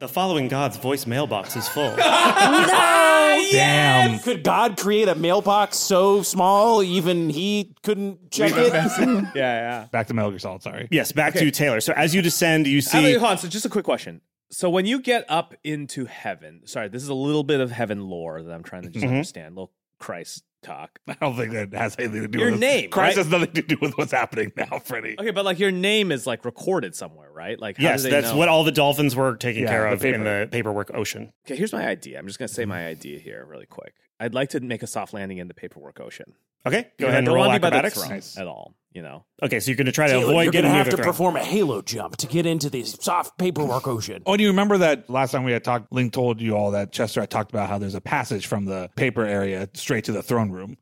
The following God's voice mailbox is full. Damn. Could God create a mailbox so small even he couldn't check Leave a it? Yeah, yeah. Back to Metal Gear Solid, sorry. yes, back to Taylor. So as you descend, you I see. hold on. So just a quick question. So when you get up into heaven, sorry, this is a little bit of heaven lore that I'm trying to Mm-hmm. just understand. Little Christ talk. I don't think that has anything to do Your with name, Christ right? has nothing to do with what's happening now, Freddie. Okay, but like your name is like recorded somewhere, right? Like how Yes, do they that's know? what all the dolphins were taking Yeah, care the of in the paperwork ocean. Okay, here's my idea. I'm just gonna say my idea here really quick. I'd like to make a soft landing in the paperwork ocean. Okay, go And ahead and I don't roll want to be by the acrobatics. throne at all. You know, Okay, so you're going to try to Taylor, avoid you're getting gonna near have the to throne. perform a halo jump to get into the soft paperwork ocean. Oh, do you remember that last time we had talked? Link told you all that Chester had talked about how there's a passage from the paper area straight to the throne room,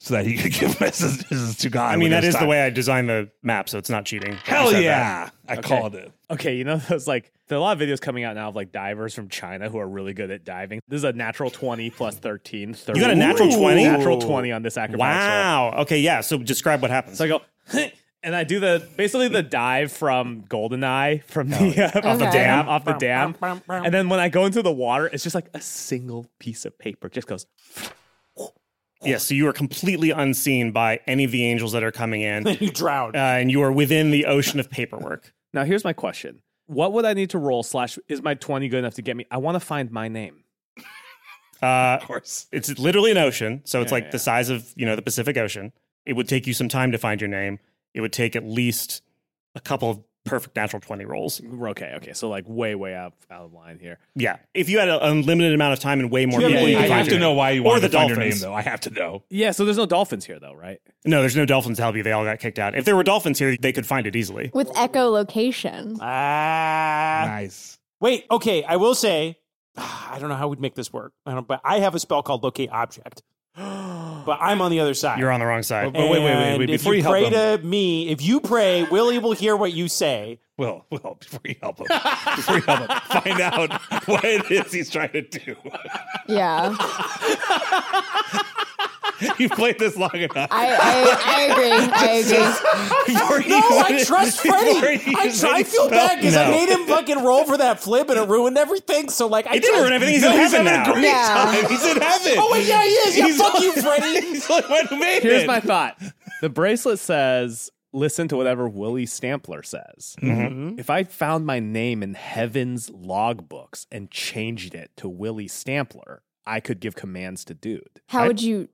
so that he could give messages to God. I when mean, that there's is the time. way I designed the map, so it's not cheating. I Hell said yeah! I called it. okay, you know those like there are a lot of videos coming out now of like divers from China who are really good at diving. This is a natural twenty plus 13. 30. You got a natural 20? Natural twenty on this that. acrobatic. roll. Wow. Okay, yeah. So describe what happens. So I go, and I do the basically the dive from Goldeneye from the uh, off the Okay. dam, off the dam, and then when I go into the water, it's just like a single piece of paper just goes. yes, so you are completely unseen by any of the angels that are coming in, uh, Then you drown. and you are within the ocean of paperwork. Now here's my question: What would I need to roll? Slash, is my twenty good enough to get me? I want to find my name. Uh, Of course. it's literally an ocean, so it's like the size of you know the Pacific Ocean. It would take you some time to find your name. It would take at least a couple of perfect natural twenty rolls. Okay, okay, so like way way out out of line here. Yeah, if you had an unlimited amount of time and way more Yeah, people, yeah, you yeah, could I yeah. find have your to name. know why you Or want the to find your name, dolphins. though. I have to know. Yeah, so there's no dolphins here though, right? No, there's no dolphins to help you. They all got kicked out. If there were dolphins here, they could find it easily. with echolocation. Ah. Nice. Wait, okay, I will say, I don't know how we'd make this work, I don't, but I have a spell called Locate Object. but I'm on the other side. You're on the wrong side. But oh, wait, wait, wait, And wait, If before you you help pray them- to me, if you pray, Willie will hear what you say. Will, Will, before you help him, before you help him, find out what it is he's trying to do. Yeah, You've played this long enough. I, I, I agree. I agree. Before you No, I use trust it- Freddy. before you I, use I any feel spell- bad because I No. made him fucking roll for that flip and it ruined everything. So like, I It didn't trust- ruin everything. He's No, in he's heaven having a now. great time. He's in heaven. Oh wait, yeah, he is. Yeah, fuck you, Freddy. He's like, what made Here's it? my thought: The bracelet says. Listen to whatever Willie Stampler says. Mm-hmm. If I found my name in Heaven's logbooks and changed it to Willie Stampler, I could give commands to Dude. How would you?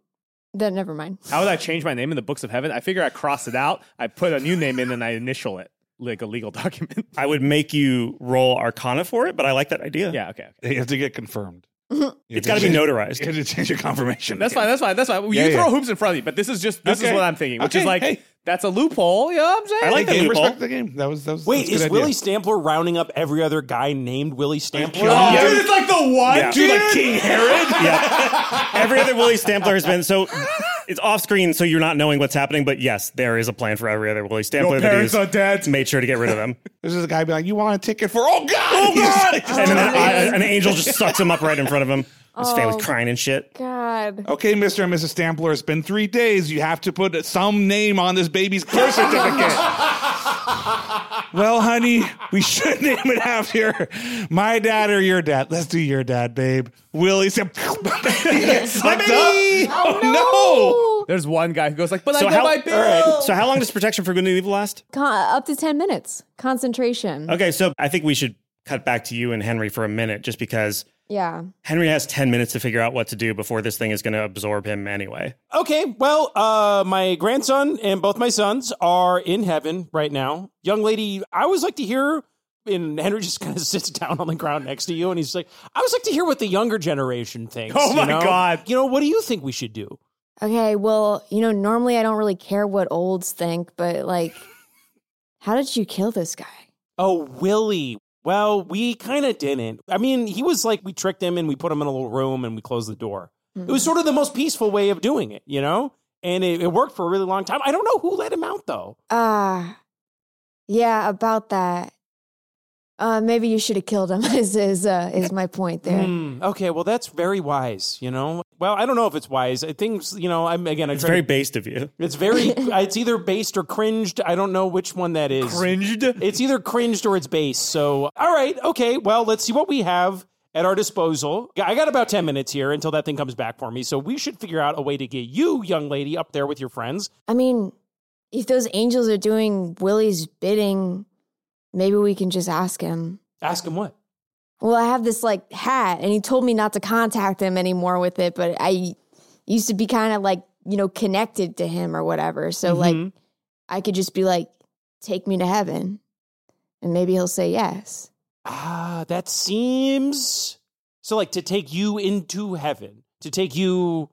Then never mind. How would I change my name in the books of heaven? I figure I cross it out, I put a new name in, and I initial it like a legal document. I would make you roll Arcana for it, but I like that idea. yeah, okay. okay. You have to get confirmed. Mm-hmm. It's got to be You have notarized. to change your confirmation. That's fine. That's fine. That's fine. Well, Yeah, you throw yeah. hoops in front of me, but this is just this is Okay. what I'm thinking, which is Okay, like hey. that's a loophole. You know what I'm saying? I like that game loophall. respect the game. That was that was. Wait, that's a is good idea. Willie Stampler rounding up every other guy named Willie Stampler? God. Oh, dude, it's like the one. Yeah. Dude, like King Herod. yeah. Every other Willie Stampler has been so it's off screen, so you're not knowing what's happening. But yes, there is a plan for every other Willie Stampler. that parents he's are dead. Made sure to get rid of them, There's this guy be like, "You want a ticket for? Oh God! Oh God!" and then an, an angel just sucks him up right in front of him. His Oh. family's crying and shit. God. Okay, Mr. and Mrs. Stampler, it's been three days. You have to put some name on this baby's birth certificate. well, honey, we should name it after my dad or your dad. Let's do your dad, babe. Willie Stamp. my baby! Oh, There's one guy who goes like, "But I So know how, my bill." all right. so how long does protection for good and evil last? Con- up to ten minutes. Concentration. Okay, so I think we should cut back to you and Henry for a minute, just because Yeah. Henry has ten minutes to figure out what to do before this thing is going to absorb him anyway. Okay, well, uh, my grandson and both my sons are in heaven right now. Young lady, I always like to hear, and Henry just kind of sits down on the ground next to you, and he's like, I always like to hear what the younger generation thinks. Oh you my know? God. You know, what do you think we should do? Okay. Well, you know, normally I don't really care what olds think, but like, how did you kill this guy? Oh, Willie. Well, we kind of didn't. I mean, he was like, we tricked him and we put him in a little room and we closed the door. It was sort of the most peaceful way of doing it, you know? And it, it worked for a really long time. I don't know who let him out, though. Ah, yeah, about that. Uh, Mm. maybe you should have killed him. Is is uh, is my point there? Hmm, okay, well, that's very wise, you know? Well, I don't know if it's wise. I think you know. I'm again. I It's try very to- based of you. It's very. it's either based or cringed. I don't know which one that is. Cringed? It's either cringed or it's based. So, all right, okay. Well, let's see what we have at our disposal. I got about ten minutes here until that thing comes back for me. So we should figure out a way to get you, young lady, up there with your friends. I mean, if those angels are doing Willie's bidding, maybe we can just ask him. Ask him what. Well, I have this like hat, and he told me not to contact him anymore with it, but I used to be kind of like, you know, connected to him or whatever. So, like, Mm-hmm. I could just be like, take me to heaven. And maybe he'll say yes. Ah, that seems so. Like to take you into heaven, to take you.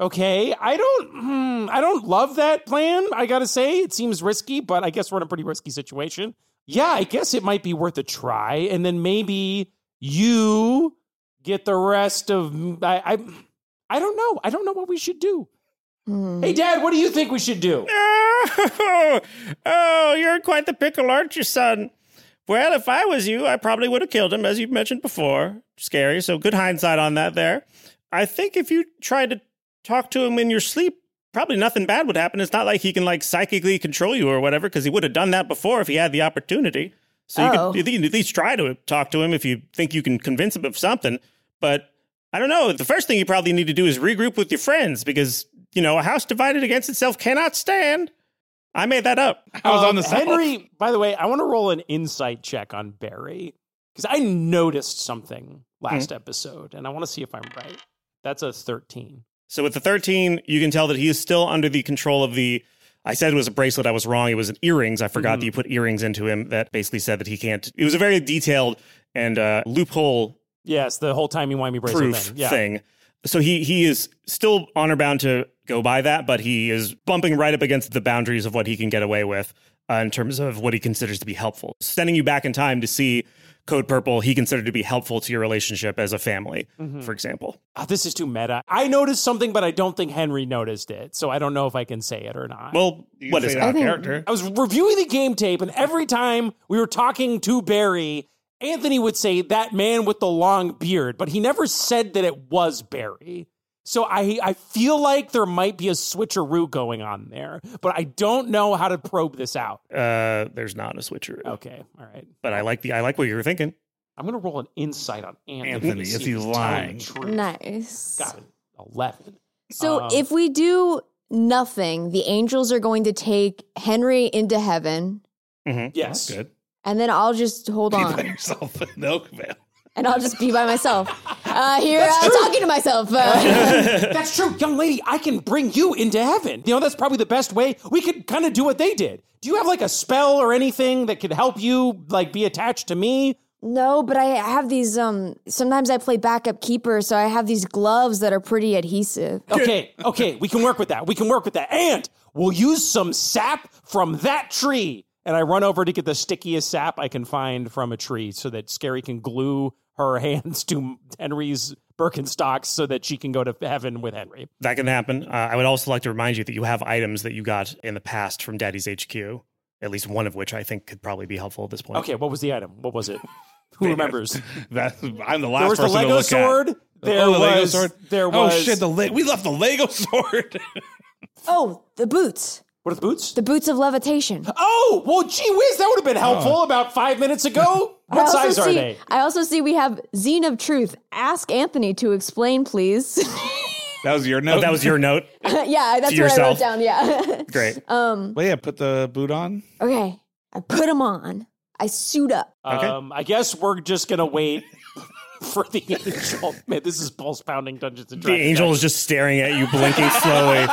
Okay, I don't. hmm, I don't love that plan. I gotta say, it seems risky, but I guess we're in a pretty risky situation. Yeah, I guess it might be worth a try, and then maybe you get the rest of. I. I, I don't know. I don't know what we should do. Hmm. Hey, Dad, what do you think we should do? Oh, oh, you're quite the pickle, aren't you, son? Well, if I was you, I probably would have killed him, as you mentioned before. Scary, so good hindsight on that there. I think if you tried to talk to him in your sleep, probably nothing bad would happen. It's not like he can like psychically control you or whatever, because he would have done that before if he had the opportunity. So you Oh. could you can at least try to talk to him if you think you can convince him of something. But I don't know. The first thing you probably need to do is regroup with your friends because, you know, a house divided against itself cannot stand. I made that up. I was Um, on the side. Henry, by the way, I want to roll an insight check on Barry because I noticed something last Hmm. episode and I want to see if I'm right. That's a 13. So with the 13, you can tell that he is still under the control of the. I said it was a bracelet. I was wrong. It was an earrings. I forgot Mm-hmm. that you put earrings into him. That basically said that he can't. It was a very detailed and uh, loophole Yes, the whole timey wimey bracelet proof thing. Yeah. thing. So he he is still honor bound to go by that, but he is bumping right up against the boundaries of what he can get away with uh, in terms of what he considers to be helpful. Sending you back in time to see Code Purple, he considered to be helpful to your relationship as a family, for example. Ah, this is too meta. I noticed something, but I don't think Henry noticed it. So I don't know if I can say it or not. Well, what is that? think- character? I was reviewing the game tape, and every time we were talking to Barry, Anthony would say that man with the long beard, but he never said that it was Barry. So I I feel like there might be a switcheroo going on there, but I don't know how to probe this out. Uh, there's not a switcheroo, Okay, all right. but I like the I like what you were thinking. I'm gonna roll an insight on Anthony. Anthony, to see if he's telling the lying. truth. Nice. Got an eleven. So Um, if we do nothing, the angels are going to take Henry into heaven, Yes. Hmm? Good. and then I'll just hold Be by on, yourself in Oakvale. and I'll just be by myself uh, here uh, talking to myself. Uh, That's true, young lady. I can bring you into heaven. You know, that's probably the best way. We could kind of do what they did. Do you have like a spell or anything that could help you like be attached to me? no, but I have these. Um, sometimes I play backup keeper, so I have these gloves that are pretty adhesive. Okay, okay, we can work with that. We can work with that. And we'll use some sap from that tree. And I run over to get the stickiest sap I can find from a tree so that Scary can glue her hands to Henry's Birkenstocks so that she can go to heaven with Henry. That can happen. Uh, I would also like to remind you that you have items that you got in the past from Daddy's HQ. At least one of which I think could probably be helpful at this point. Okay, what was the item? What was it? Who remembers? That, I'm the There last was the person to Lego look sword. at. There oh, the was Lego sword. There oh was shit! The Le- we left the Lego sword. Oh, the boots, What are the boots? the boots of levitation. oh, well, gee whiz, that would have been helpful Oh. about five minutes ago. I What also size are see- they? I also see we have Zine of Truth. Ask Anthony to explain, please. That was your note. Oh, that was your note. yeah, that's what I wrote yourself. down. Yeah. Great. Well, yeah, put the boot on. Okay. I put them on. I suit up. Okay. Um, I guess we're just gonna wait for the angel. Man, this is pulse pounding Dungeons and The Dragons. angel is just staring at you, blinking slowly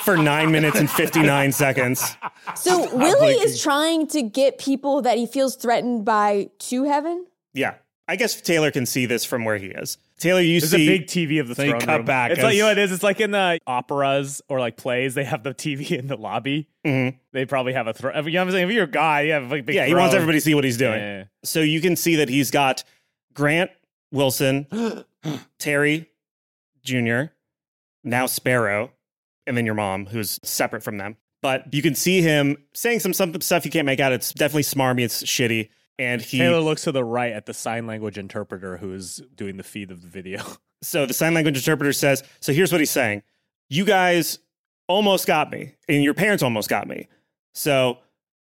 for nine minutes and 59 seconds. So Willie is trying to get people that he feels threatened by to heaven. Yeah. I guess Taylor can see this from where he is. Taylor, you There's see. a big TV of the They throne cut room. back It's like you know as- what it is. It's like in the operas or like plays. They have the TV in the lobby. Mhm. They probably have a throne. You know what I'm saying? If you're a guy, you have like big. yeah, he wants throne. everybody to see what he's doing. Yeah. So you can see that he's got Grant Wilson, Terry Jr., now Sparrow, and then your mom, who's separate from them. But you can see him saying some, some stuff you can't make out. It's definitely smarmy. It's shitty. And he Taylor looks to the right at the sign language interpreter who is doing the feed of the video. So the sign language interpreter says, So here's what he's saying. You guys almost got me, and your parents almost got me. So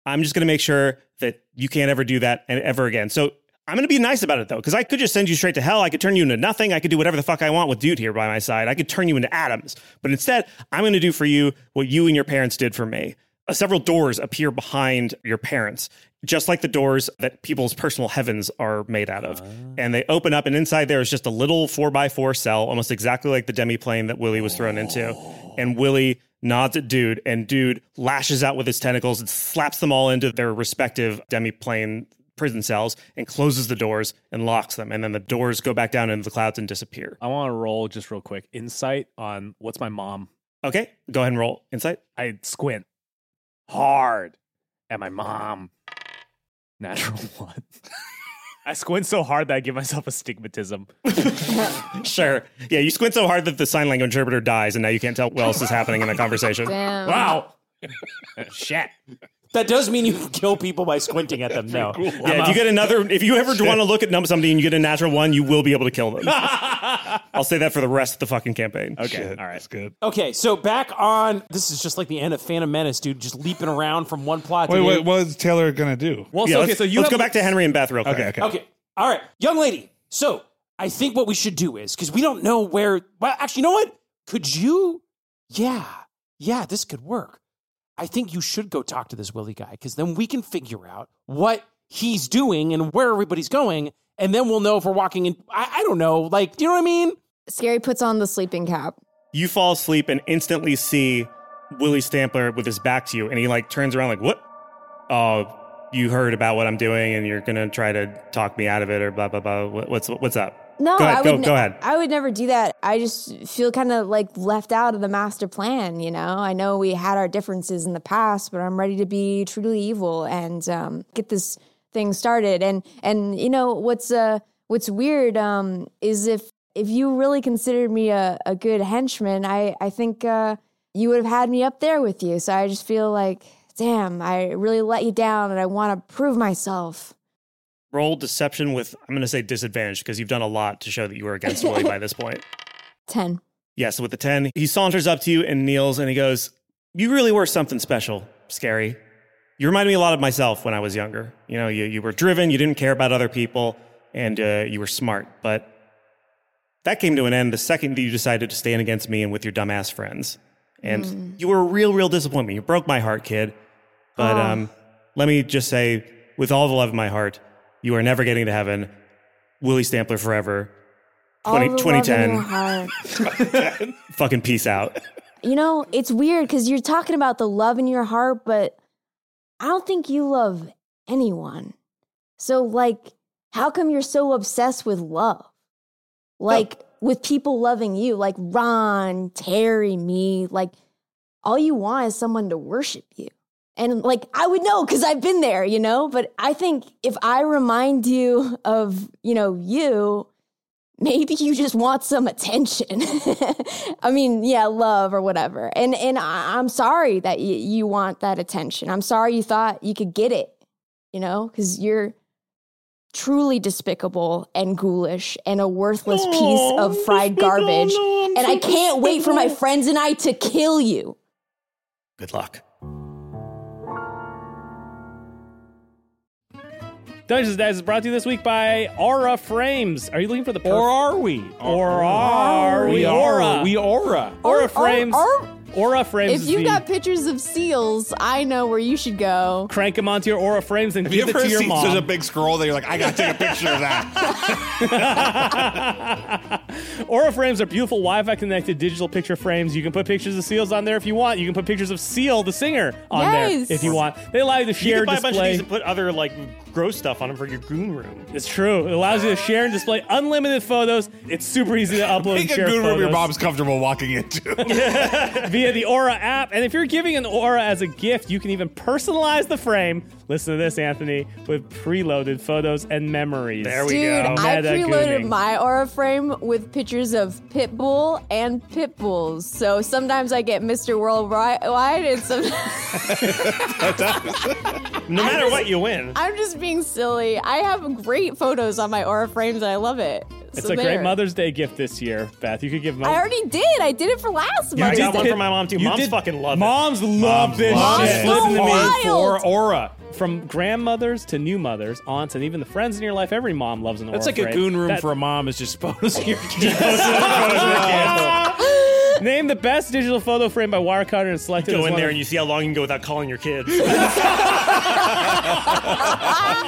I'm just going to make sure that you can't ever do that and ever again. So I'm going to be nice about it though, because I could just send you straight to hell. I could turn you into nothing. I could do whatever the fuck I want with dude here by my side. I could turn you into atoms. But instead, I'm going to do for you what you and your parents did for me. Uh, several doors appear behind your parents, just like the doors that people's personal heavens are made out of. And they open up, and inside there is just a little four by four cell, almost exactly like the demi plane that Willie was thrown into. And Willie nods at Dude, and Dude lashes out with his tentacles and slaps them all into their respective demi plane prison cells and closes the doors and locks them. And then the doors go back down into the clouds and disappear. I want to roll just real quick. Insight on what's my mom? Okay, go ahead and roll insight. I squint hard at my mom. Natural one. I squint so hard that I give myself astigmatism. Sure. Yeah, you squint so hard that the sign language interpreter dies, and now you can't tell what else is happening in the conversation. Damn. Wow. Shit. That does mean you can kill people by squinting at them. No. Yeah, if you get another, if you ever want to look at num- somebody and you get a natural one, you will be able to kill them. I'll say that for the rest of the fucking campaign. Okay, Shit, all right. That's good. Okay, so back on this is just like the end of Phantom Menace, dude, just leaping around from one plot to Wait, the wait, other. what is Taylor gonna do? Well, Yeah, so, let's, okay, so you let's have go back to Henry and Beth real quick. Okay, okay. Okay. All right. Young lady. So I think what we should do is because we don't know where. Well, actually, you know what? Could you? Yeah. Yeah, this could work. I think you should go talk to this Willie guy because then we can figure out what he's doing and where everybody's going. And then we'll know if we're walking in. I, I don't know. Like, do you know what I mean? Scary puts on the sleeping cap. You fall asleep and instantly see Willie Stampler with his back to you, and he like turns around like, "What? Oh, you heard about what I'm doing, and you're gonna try to talk me out of it, or blah blah blah. What- What's what's up? No, go ahead, I would go ne- go ahead. I would never do that. I just feel kind of like left out of the master plan, you know? I know we had our differences in the past, but I'm ready to be truly evil and um, get this thing started. And and you know what's uh what's weird um is if if you really considered me a, a good henchman, I I think uh you would have had me up there with you. So I just feel like damn, I really let you down and I want to prove myself. Roll deception with I'm gonna say disadvantage because you've done a lot to show that you were against Willie by this point. 10. Yes, with the 10, he saunters up to you and kneels and he goes, You really were something special, Scary. You reminded me a lot of myself when I was younger. You know, you, you were driven, you didn't care about other people, and uh, you were smart. But that came to an end the second that you decided to stand against me and with your dumbass friends. And Hmm. you were a real, real disappointment. You broke my heart, kid. But Ah. um, let me just say, with all the love of my heart, you are never getting to heaven. Willie Stampler forever. All 20 the love in 2010. your heart. Fucking peace out. You know, it's weird because you're talking about the love in your heart, but I don't think you love anyone. So, like, how come you're so obsessed with love? Like, with people loving you, like Ron, Terry, me, like, all you want is someone to worship you. And, like, I would know because I've been there, you know? But I think if I remind you of, you know, you, maybe you just want some attention i mean yeah love or whatever and and I, i'm sorry that y- you want that attention i'm sorry you thought you could get it you know because you're truly despicable and ghoulish and a worthless piece of fried garbage and i can't wait for my friends and i to kill you Good luck. Dungeons and Dice is brought to you this week by Aura Frames. Are you looking for the perf- Or are we? Or are we? Aura. We aura. Aura Frames. Aura Frames. oh, If is you've the- got pictures of seals, I know where you should go. crank them onto your Aura Frames and Have you give it ever to your seen mom. such a big scroll that you're like, I gotta take a picture of that? Aura frames are beautiful Wi-Fi connected digital picture frames. You can put pictures of seals on there if you want. You can put pictures of Seal, the singer, on Yes. there if you want. They allow you to share You can buy a bunch of display. these and put other like gross stuff on them for your goon room. it's true. It allows you to share and display unlimited photos. It's super easy to upload and Make a share good room your photos. mom's comfortable walking into. via the Aura app. And if you're giving an Aura as a gift, you can even personalize the frame. Listen to this, Anthony, with preloaded photos and memories. There we Dude, go. I Meta preloaded gooning. my aura frame with pictures of pit bull and pit bulls. So sometimes I get Mr. Worldwide, and sometimes No matter what, you win. I'm just just being silly. I have great photos on my aura frames and I love it. It's So a great there. Mother's Day gift this year, Beth. You could give I Mother. already did. I did it for last Yeah, I Mother's got one Day. for my mom, too. You Moms did- fucking love it. Moms love this Moms shit. love Listen to me. Wild. For aura, from grandmothers to new mothers, aunts, and even the friends in your life, every mom loves an aura. That's like a frame. goon room That- for a mom is just photos of your kids. Oh, Name the best digital photo frame by Wirecutter and select it. Go as in one there of- and you see how long you can go without calling your kids. Ah.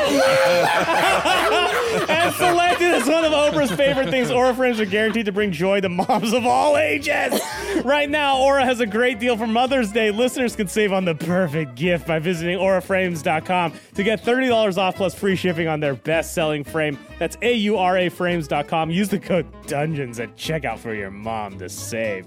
and selected as one of Oprah's favorite things. Aura frames are guaranteed to bring joy to moms of all ages. Right now, Aura has a great deal for Mother's Day. Listeners can save on the perfect gift by visiting auraframes.com to get $30 off plus free shipping on their best-selling frame. That's A-U-R-A frames.com. Use the code DUNGEONS at checkout for your mom to save.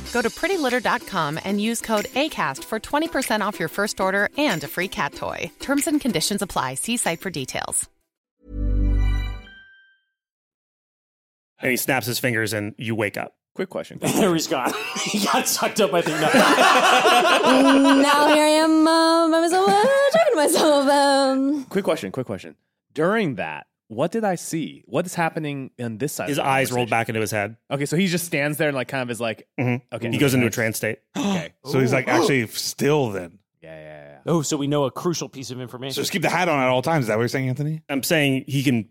Go to prettylitter.com and use code ACAST for 20% off your first order and a free cat toy. Terms and conditions apply. See site for details. and he snaps his fingers and you wake up. Quick question. there he's gone. he got sucked up by the now here I am um, by myself, uh, talking to myself. Um, Quick question, quick question. During that, what did I see? What is happening on this side? His of the eyes roll conversation? back into his head. Okay, so he just stands there and like kind of is like, Mhm. okay. He goes into a trance state. Okay. So he's like actually still then. Oh, so we know a crucial piece of information. So just keep the hat on at all times. Is that what you're saying, Anthony? I'm saying he can Oh, you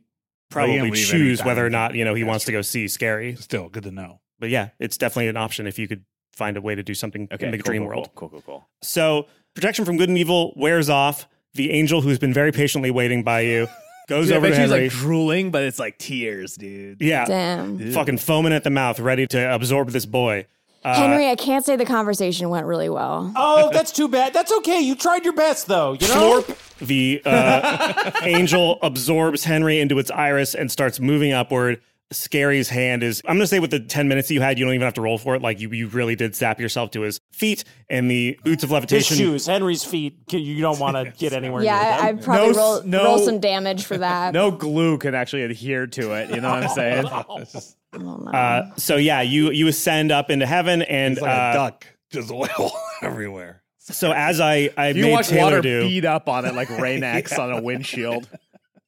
probably can leave choose anytime. whether or not you know he wants to go see scary. Still good to know. But yeah, it's definitely an option if you could find a way to do something in the cool, dream cool, world. Cool, cool, cool. So protection from good and evil wears off. The angel who's been very patiently waiting by you goes Dude, I over bet to she was, Henry. like drooling, but it's like tears, dude. Uh, yeah, Damn. fucking foaming at the mouth, ready to absorb this boy. Uh, Henry, I can't say the conversation went really well. Oh, that's too bad. That's okay. You tried your best, though. You know. The uh, angel absorbs Henry into its iris and starts moving upward. Scary's hand is, I'm going to say with the 10 minutes that you had, you don't even have to roll for it. Like you, you really did zap yourself to his feet and the boots of His levitation. shoes, Henry's feet. Can- You don't want to get anywhere. Yeah, near I, them. I'd probably No s- roll, no- roll some damage for that. No glue can actually adhere to it. You know what I'm saying? Uh, so yeah, you, you ascend up into heaven and It's like a uh, duck, just oil everywhere. So as I, I you made watch Taylor water do, beat up on it like Rain-X on a windshield.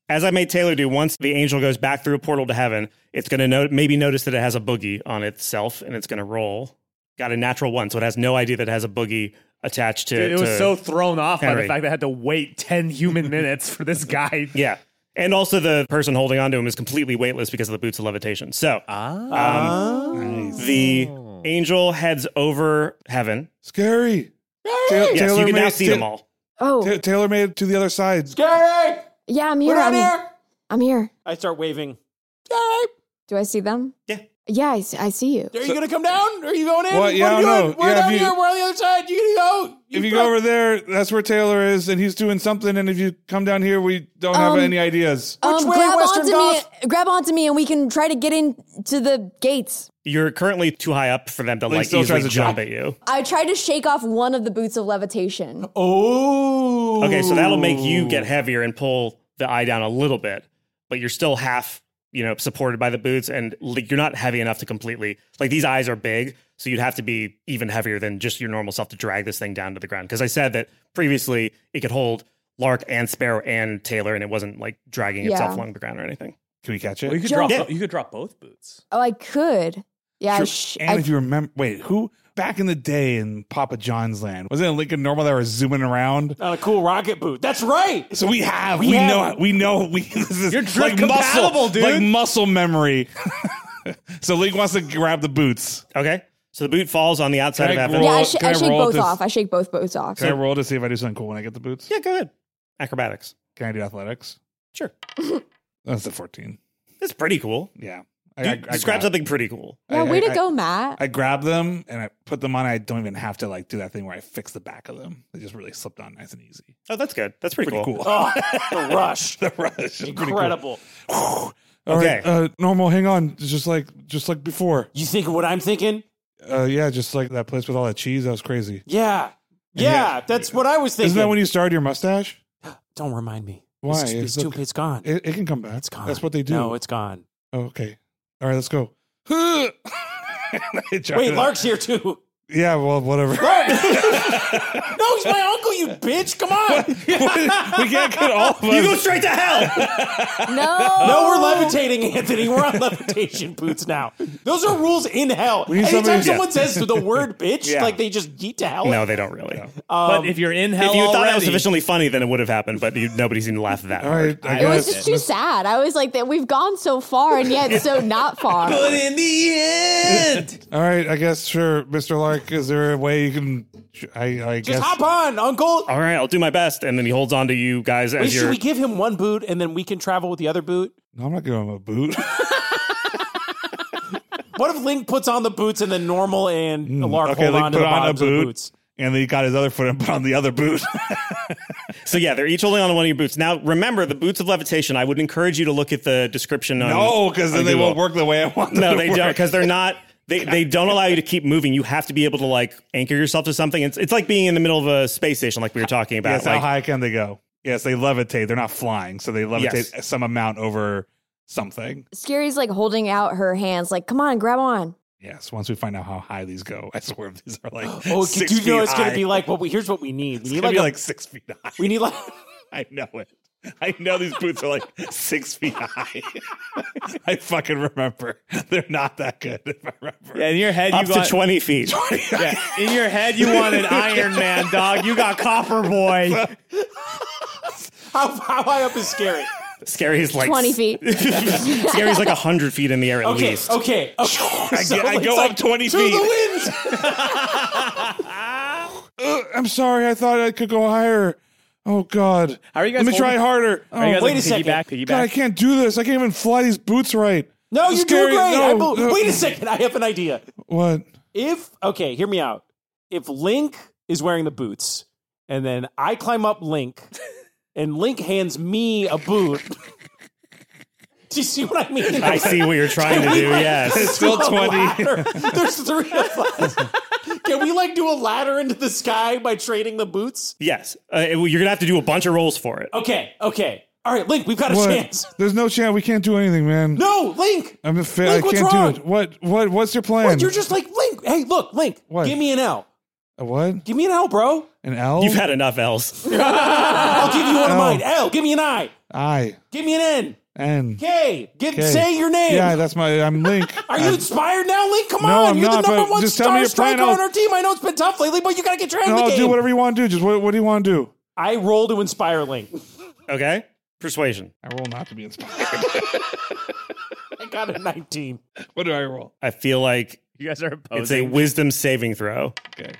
as I made Taylor do, once the angel goes back through a portal to heaven, it's going to no- maybe notice that it has a boogie on itself and it's going to roll. Got a natural one, so it has no idea that it has a boogie attached to Dude, it was to- so thrown off by Henry. the fact that I had to wait 10 human minutes for this guy. Yeah. And also, the person holding onto him is completely weightless because of the boots of levitation. So Ah. um, the angel heads over heaven. Scary. Yes, you can now see them all. Oh, Taylor made it to the other side. Gary, yeah, I'm we're here. down I'm, here. I'm here. I start waving. Do I see them? Yeah. Yeah, I see, I see you. Are you gonna come down? Are you going in? Well, yeah, what are you I don't doing? know. We're Yeah, if down you- here. We're on the other side. You gotta go. If you go over there, that's where Taylor is, and he's doing something. And if you come down here, we don't have Um, any ideas. Which way, grab Western onto me, Goth? grab onto me, and we can try to get into the gates. You're currently too high up for them to Link like still easily tries to jump jump. at you. I tried to shake off one of the boots of levitation. Oh. Okay, so that'll make you get heavier and pull the eye down a little bit, but you're still half, you know, supported by the boots, and like, you're not heavy enough to completely like these eyes are big, so you'd have to be even heavier than just your normal self to drag this thing down to the ground. Because I said that previously it could hold Lark and Sparrow and Taylor, and it wasn't like dragging itself Yeah. along the ground or anything. Can we catch Well, you it? could Joe- drop Yeah. bo- you could drop both boots. Oh, I could. Yeah, I, Sure. sh- and I- if you remember, wait, who back in the day in Papa John's land was it in Lincoln Normal that were zooming around? on a cool rocket boot. That's right. So we have, we, We have- know, we know, we this is You're drug compatible, muscle, dude. like muscle memory. so Link wants to grab the boots. Okay, so the boot falls on the outside Can of I Evan. roll- yeah, I, sh- can I, I shake roll both this- off. I shake both boots off. Can I roll to see if I do something cool when I get the boots? Yeah, go ahead. Acrobatics. Can I do athletics? Sure, That's the fourteen. that's pretty cool. Yeah, You, describe something pretty cool. yeah, I- way I- to go, Matt. I grab them and I put them on. I don't even have to like do that thing where I fix the back of them. They just really slipped on nice and easy. Oh, that's good. That's pretty, Pretty cool. Oh, the rush. the rush. is pretty cool. Incredible. All Okay. right, uh, normal. Hang on, just like just like before. You think what I'm thinking? Uh, yeah, just like that place with all that cheese. That was crazy. Yeah. Yeah, that's what I was thinking. Isn't that when you started your mustache? Don't remind me. Why? It's, it's, too- it's gone. It, it can come back. It's gone. That's what they do. No, it's gone. Oh, okay. All right, let's go. Wait, Lark's here too. Yeah, well, whatever. No, he's my uncle, you bitch. Come on. we can't get all of us. You go straight to hell. No. No, we're levitating, Anthony. We're on levitation boots now. Those are rules in hell. We need Anytime somebody- someone Yeah. says the word bitch, Yeah. like they just yeet to hell. No, they don't really. Um, but if you're in hell, if you thought that was already- sufficiently funny, then it would have happened. But you, nobody seemed to laugh at that. All right, It was just too sad. I was like, that we've gone so far and yet so not far. the end, All right, I guess sure, Mr. Lark. Is there a way you can? I, I guess. on, Uncle. All right, I'll do my best. And then he holds on to you guys Wait, as should you're. we give him one boot and then we can travel with the other boot? No, I'm not giving him a boot. What if Link puts on the boots and then Normal and Lark Hmm. okay, hold they on to put the on a bottoms of the boot, boots? and then he got his other foot and put on the other boot. so yeah, they're each holding on to one of your boots. Now remember the boots of levitation. I would encourage you to look at the description. On, no, because on then they Google. won't work the way I want. them No, to they don't work. because they're not. They, they don't allow you to keep moving. You have to be able to like anchor yourself to something. It's, it's like being in the middle of a space station, like we were talking about. Yes, like, how high can they go? Yes, they levitate. They're not flying, so they levitate Yes. some amount over something. Scary's like holding out her hands, like, come on, grab on. Yes, once we find out how high these go, I swear these are like. Oh, six do you know feet it's going high. to be like what we here's what we need. We It's need gonna be a- like six feet high. We need like I know it. I know these boots are like six feet high. I fucking remember. They're not that good. If I remember. Yeah, in your head, up you got to twenty feet. Yeah, in your head, you wanted Iron Man, dog. You got Copper Boy. how, how high up is Scary? Scary's like 20 feet. Scary's like hundred feet in the air at Okay, least. okay, okay. I go- I it's go up 20 to feet. the winds. Uh, I'm sorry. I thought I could go higher. Oh God. How are you guys Let me try holding- harder. Are you Oh, guys, like, Wait a second. piggyback, piggyback? God, I can't do this. I can't even fly these boots right. No, It's you're scary. doing great. I No, bel- no. Wait a second. I have an idea. What? If okay, hear me out. If Link is wearing the boots, and then I climb up Link, and Link hands me a boot. Do you see what I mean? I see what you're trying to do. Yes, It's still Do a 20. ladder. There's three of us. Can we like do a ladder into the sky by trading the boots? yes. Uh, it- you're gonna have to do a bunch of rolls for Oh. it. Okay, okay. All right, Link, we've got a What? chance. There's no chance. We can't do anything, man. No, Link. I'm a fa- Link, I what's can't wrong? do it. What? What? What's your plan? What, you're just like Link. Hey, look, Link. What? Give me an L. a what? Give me an L, bro. An L? You've had enough else. I'll give you one L. of mine. L. Give me an I. I Give me an N. N. K. Give, K. Say your name. Yeah, that's my. I'm Link. Are you I'm- inspired now, Link? Come No, on. I'm You're not, the number but one just tell me star your plan. striker I'll- on our team. I know it's been tough lately, but you got to get your head No, in the I'll game. do whatever you want to do. Just what? What do you want to do? I roll to inspire Link. Okay, persuasion. I roll not to be inspired. I got a 19. what do I roll? I feel like You guys are Oh, it's a opposing. wisdom saving throw. Okay,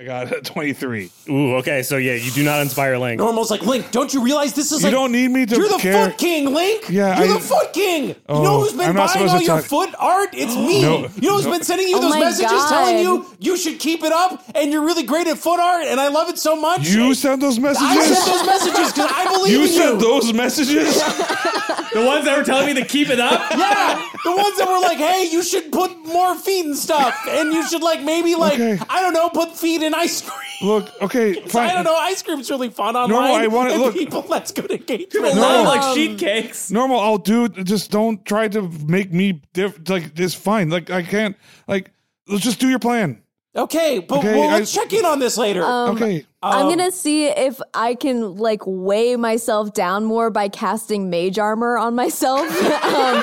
I got a 23. Ooh, okay. So yeah, you do not inspire Link. Normal's like, Link, don't you realize this is You like. don't need me to You're the care. foot king, Link. Yeah, you're I- the foot king. Oh, you know who's been I'm not buying supposed all to your talk- foot art? It's me. No, you know who's no. been sending you Oh those my messages God. telling you you should keep it up, and you're really great at foot art, and I love it so much. You sent those I sent messages. those messages because I believe You in sent you. those messages. the ones that were telling me to keep it up. Yeah, the ones that were like, "Hey, you should put more feet and stuff, and you should like maybe like Okay. I don't know, put feet in ice cream." Look, okay, fine. I don't know. Ice cream's really fun online. I want it- and look- people. That's good engagement. People No. love like sheet cakes. Normal, I'll do. it. Just don't try to make me diff. Like it's fine. Like I can't. Like let's just do your plan. Okay, but Okay, we'll I- let's check in on this later. Um, okay. I'm gonna see if I can like weigh myself down more by casting mage armor on myself, um,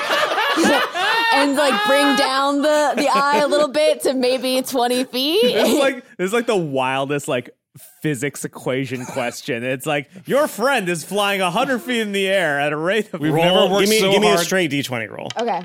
and like bring down the the eye a little bit to maybe 20 It's feet. like it's like the wildest like physics equation question. It's like your friend is flying hundred feet in the air at a rate of We've roll. never worked give me, so give me a hard. straight d20 roll. okay,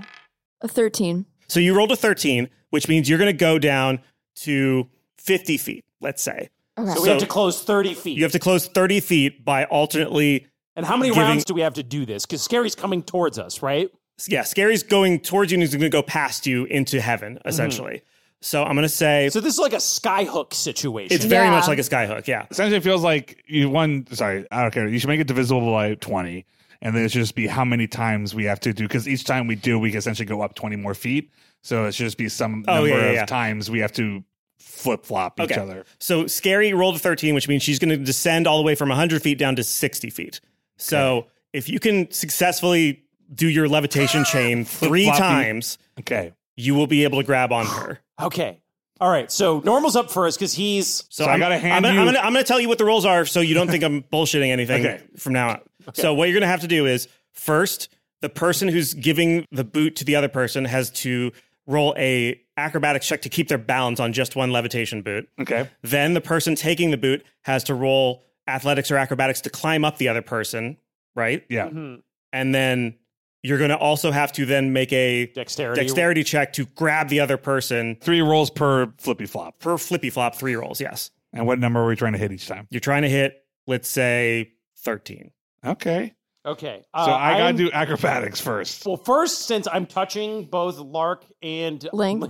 a 13. So you rolled a 13, which means you're going to go down to 50 feet, let's say. Okay. so we have to close thirty feet. You have to close 30 feet by alternately. and how many giving- rounds do we have to do this? Because Scary's coming towards us, right? Yeah, Scary's going towards you and he's going to go past you into heaven, Mm-hmm. essentially. So I'm going to say So this is like a skyhook situation. it's very Yeah. much like a skyhook. Yeah. Essentially, it feels like you won. Sorry, I don't care. You should make it divisible by twenty, and then it should just be how many times we have to do because each time we do, we essentially go up twenty more feet. So it should just be some Oh, number yeah, yeah, of yeah. times we have to flip flop each other. So Scary rolled a 13, which means she's going to descend all the way from 100 feet down to 60 feet. So if you can successfully do your levitation chain three Flip-floppy. times, okay, you will be able to grab on her. Okay. All right. So Normal's up first because he's. So, I'm, I'm gonna, I'm, gonna, I'm gonna tell you what the rules are, so you don't think I'm bullshitting anything Okay. from now on. So what you're gonna have to do is first, the person who's giving the boot to the other person has to roll a acrobatics check to keep their balance on just one levitation boot. Okay. Then the person taking the boot has to roll athletics or acrobatics to climb up the other person. Right. Yeah. And then you're gonna also have to then make a dexterity dexterity check to grab the other person. Three rolls per flippy flop. Per flippy flop, three rolls. Yes. And what number are we trying to hit each time? You're trying to hit, let's say, 13. Okay. Uh, Okay. Uh, So I gotta I'm- do acrobatics first. Well, first, since I'm touching both Lark and Link,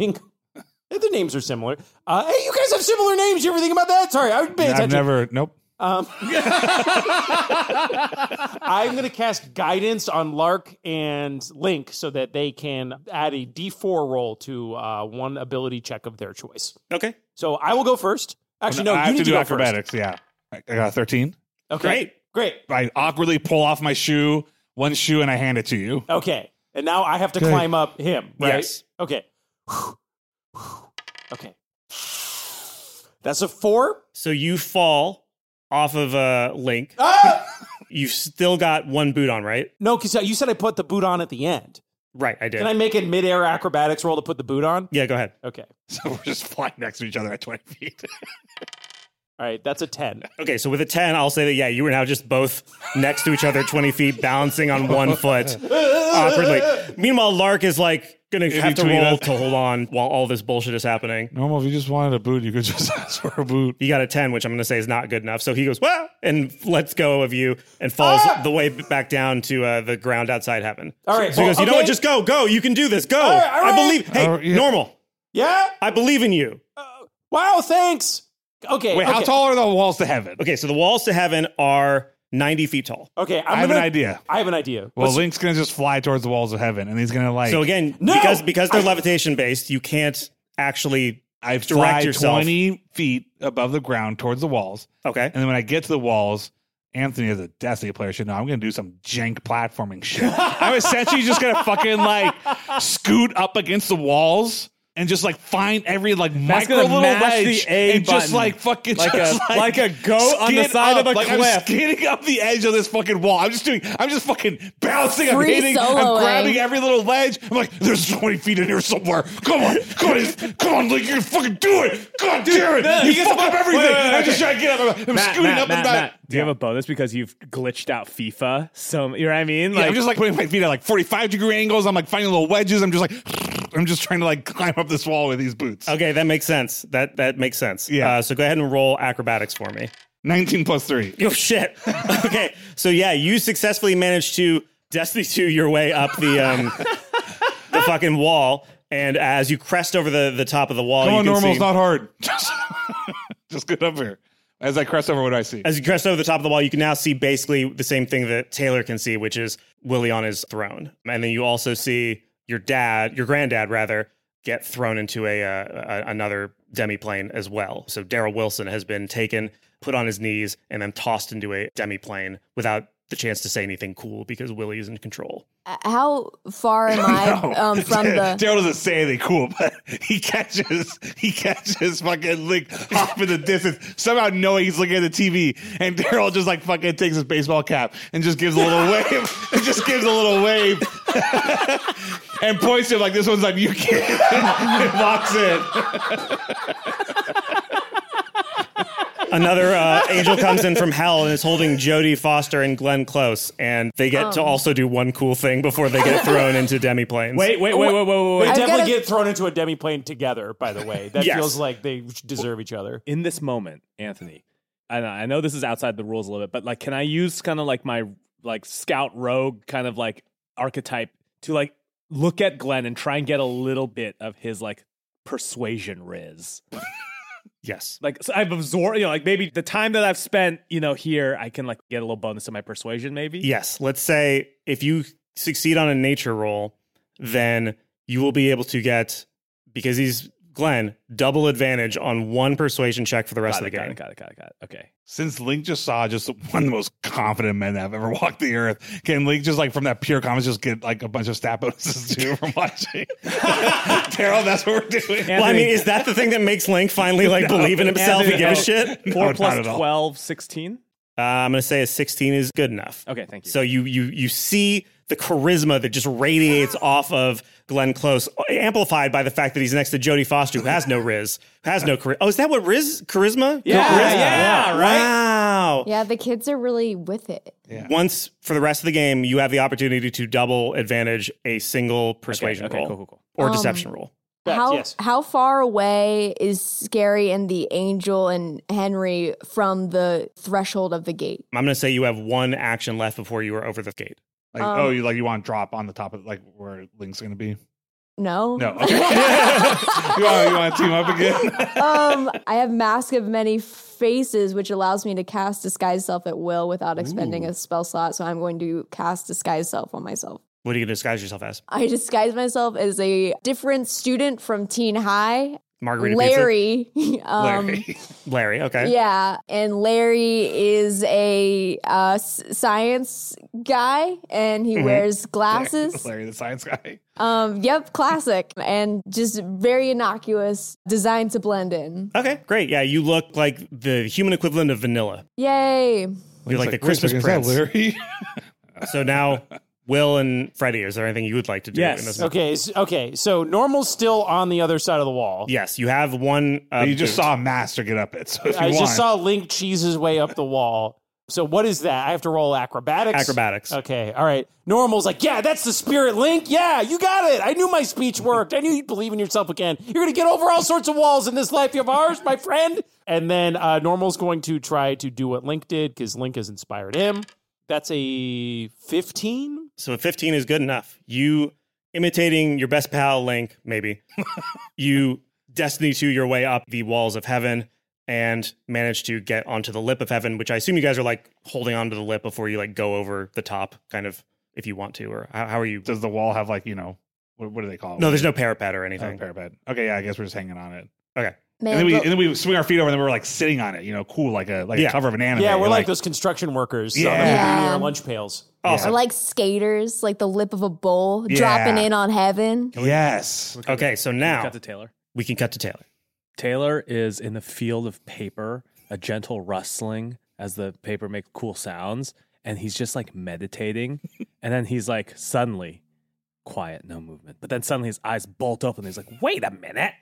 the names are similar. Uh, hey, you guys have similar names. You ever think about that? Sorry, I would pay I've attention. never. Nope. Um, I'm going to cast guidance on Lark and Link so that they can add a D4 roll to uh, one ability check of their choice. Okay. So I will go first. Actually, no, I you have need to do go first. acrobatics. Yeah, I I got a thirteen. Okay. Great. Great. I awkwardly pull off my shoe, one shoe, and I hand it to you. Okay. And now I have to Good. climb up him, right? Yes. Okay. okay. That's a four. So you fall off of a link. Ah! You've still got one boot on, right? No, because you said I put the boot on at the end. Right, I did. Can I make a midair acrobatics roll to put the boot on? Yeah, go ahead. Okay. So we're just flying next to each other at 20 feet. All right, that's a 10. Okay, so with a 10, I'll say that, yeah, you are now just both next to each other, 20 feet, balancing on one foot awkwardly. Meanwhile, Lark is like going to In have to between roll us. to hold on while all this bullshit is happening. Normal, if you just wanted a boot, you could just ask for a boot. You got a 10, which I'm going to say is not good enough. So he goes, well, and lets go of you and falls the way back down to uh, the ground outside heaven. Ah! All right, So he well, goes, you know what? okay. Just go, go. You can do this. Go. All right, all I right. believe. Hey, normal. Yeah? I believe in you. Wow, thanks. Okay. Wait, how okay. tall are the walls to heaven? Okay, so the walls to heaven are 90 feet tall. Okay, I'm I have an gonna- idea. I have an idea. Well, Let's- Link's gonna just fly towards the walls of heaven, and he's gonna like. so again, No! because because they're I- levitation based, you can't actually I fly direct yourself. 20 feet above the ground towards the walls. Okay. And then when I get to the walls, Anthony, as a Destiny player, should know I'm going to do some jank platforming shit. I'm essentially just going to fucking like scoot up against the walls. And just like find every like That's micro gonna little mash ledge the A and just button. like fucking Like just, a- like a goat on the skid side up. of a like I'm cliff. skidding up the edge of this fucking wall. I'm just doing. I'm just fucking bouncing. I'm Free hitting. soloing. I'm grabbing every little ledge. I'm like, there's 20 feet in here somewhere. Come on, come on, come on, like you can fucking do it. God damn it! no, he you gets fuck the up ball. everything. Wait, wait, wait, I'm just okay. trying to get up. I'm Matt, scooting Matt, up Matt, and down. Matt, do you have a bonus because you've glitched out FIFA? So you know what I mean? Yeah, I'm just like putting my feet at like 45 degree angles. I'm like finding little wedges. I'm just like, I'm just trying to like climb up this wall with these boots. Okay, that makes sense. That that makes sense. Yeah. Uh, so go ahead and roll acrobatics for me. 19 plus three. Oh shit. okay. So yeah, you successfully managed to destiny two your way up the um the fucking wall. And as you crest over the, the top of the wall, Come you on, can normal's see, not hard. Just, just get up here. As I crest over, what do I see? as you crest over the top of the wall, you can now see basically the same thing that Taylor can see, which is Willie on his throne. And then you also see your dad, your granddad rather, get thrown into a, uh, a another demiplane as well. So Daryl Wilson has been taken, put on his knees, and then tossed into a demiplane without the chance to say anything cool because Willie is in control. Uh, How far am I Oh. um, from the? Daryl doesn't say anything cool, but he catches he catches fucking Link off in the distance, somehow knowing he's looking at the TV, and Daryl just like fucking takes his baseball cap and just gives a little wave, and just gives a little wave, and points him like this one's on you, kid, and walks in. Another uh, angel comes in from hell and is holding Jodie Foster and Glenn Close, and they get to Oh. also do one cool thing before they get thrown into demiplanes. We definitely get thrown into a demiplane together, by the way. That Yes. feels like they deserve each other. in this moment, Anthony, I know, I know this is outside the rules a little bit, but like, can I use kind of like my like scout rogue kind of like archetype to like look at Glenn and try and get a little bit of his like persuasion riz? Yes. Like so I've absorbed, you know, like maybe the time that I've spent, you know, here, I can like get a little bonus to my persuasion, maybe. Yes. Let's say if you succeed on a nature roll, then you will be able to get because he's Glenn double advantage on one persuasion check for the rest Got of it, the got game. it, got it, got it, got it. Okay. Since Link just saw just one of the most confident men that have ever walked the earth, can Link just like from that pure comments just get like a bunch of stat bonuses too from watching? Daryl, that's what we're doing. Well, I mean, is that the thing that makes Link finally like No. believe in himself Anthony, and give a no. shit? Four No, plus not at all. 12, 16? Uh, I'm gonna say a 16 is good enough. Okay, thank you. So you you you see the charisma that just radiates off of Glenn Close, amplified by the fact that he's next to Jodie Foster, who has no Riz, who has no charisma. Oh, is that what Riz charisma? Yeah, Charisma. yeah, right? Wow. Yeah, the kids are really with it. Once for the rest of the game, you have the opportunity to double advantage a single persuasion okay, roll cool, cool, cool. or Um, deception roll. how yes. how far away is Scary and the Angel and Henry from the threshold of the gate? I'm going to say you have one action left before you are over the gate. Like, Um, oh, you- like you want to drop on the top of like where Link's going to be. No. No. Okay. you, want, you want to team up again? um, I have Mask of Many Faces, which allows me to cast Disguise Self at will without expending a spell slot. So I'm going to cast Disguise Self on myself. What are you going to disguise yourself as? I disguise myself as a different student from Teen High, Margarita Larry. um, Larry. Larry. Okay. Yeah, and Larry is a uh, s- science guy, and he Mm-hmm. Mhm. wears glasses. Larry, the science guy. Um, yep, classic, and just very innocuous, designed to blend in. Okay. Great. Yeah. You look like the human equivalent of vanilla. Yay! You're like, the like, wait a Christmas second, is that prince. so now, Will and Freddie, is there anything you would like to do? In this Okay. s- Okay. So normal's still on the other side of the wall. Yes. You have one. Uh, You just saw Master get up it. So I just saw Link cheese his way up the wall. So what is that? I have to roll acrobatics. Acrobatics. Okay. All right. Normal's like, yeah, that's the spirit, Link. Yeah, you got it. I knew my speech worked. I knew you'd believe in yourself again. You're gonna get over all sorts of walls in this life of ours, my friend. And then uh, Normal's going to try to do what Link did because Link has inspired him. That's a fifteen. So a 15 is good enough. You imitating your best pal Link, maybe. you destiny to your way up the walls of heaven and manage to get onto the lip of heaven, which I assume you guys are like holding onto the lip before you like go over the top, kind of if you want to, or how, how are you? Does the wall have like you know What, what do they call it? No, there's no parapet or anything. Oh, parapet. Okay, yeah, I guess we're just hanging on it. Okay. and then we but- and then we swing our feet over, and then we're like sitting on it. You know, cool, like a like a cover of an anime. Yeah, we're You're like, those construction workers. Yeah. Yeah, Yeah. lunch pails. Or like skaters, like the lip of a bowl, Yeah. dropping in on heaven. oh, yes. Okay, so now cut to Taylor? We can cut to Taylor. Taylor is in the field of paper, a gentle rustling as the paper makes cool sounds, and he's just like meditating. and then he's like, suddenly, quiet, no movement. But then suddenly his eyes bolt open. he's like, wait a minute.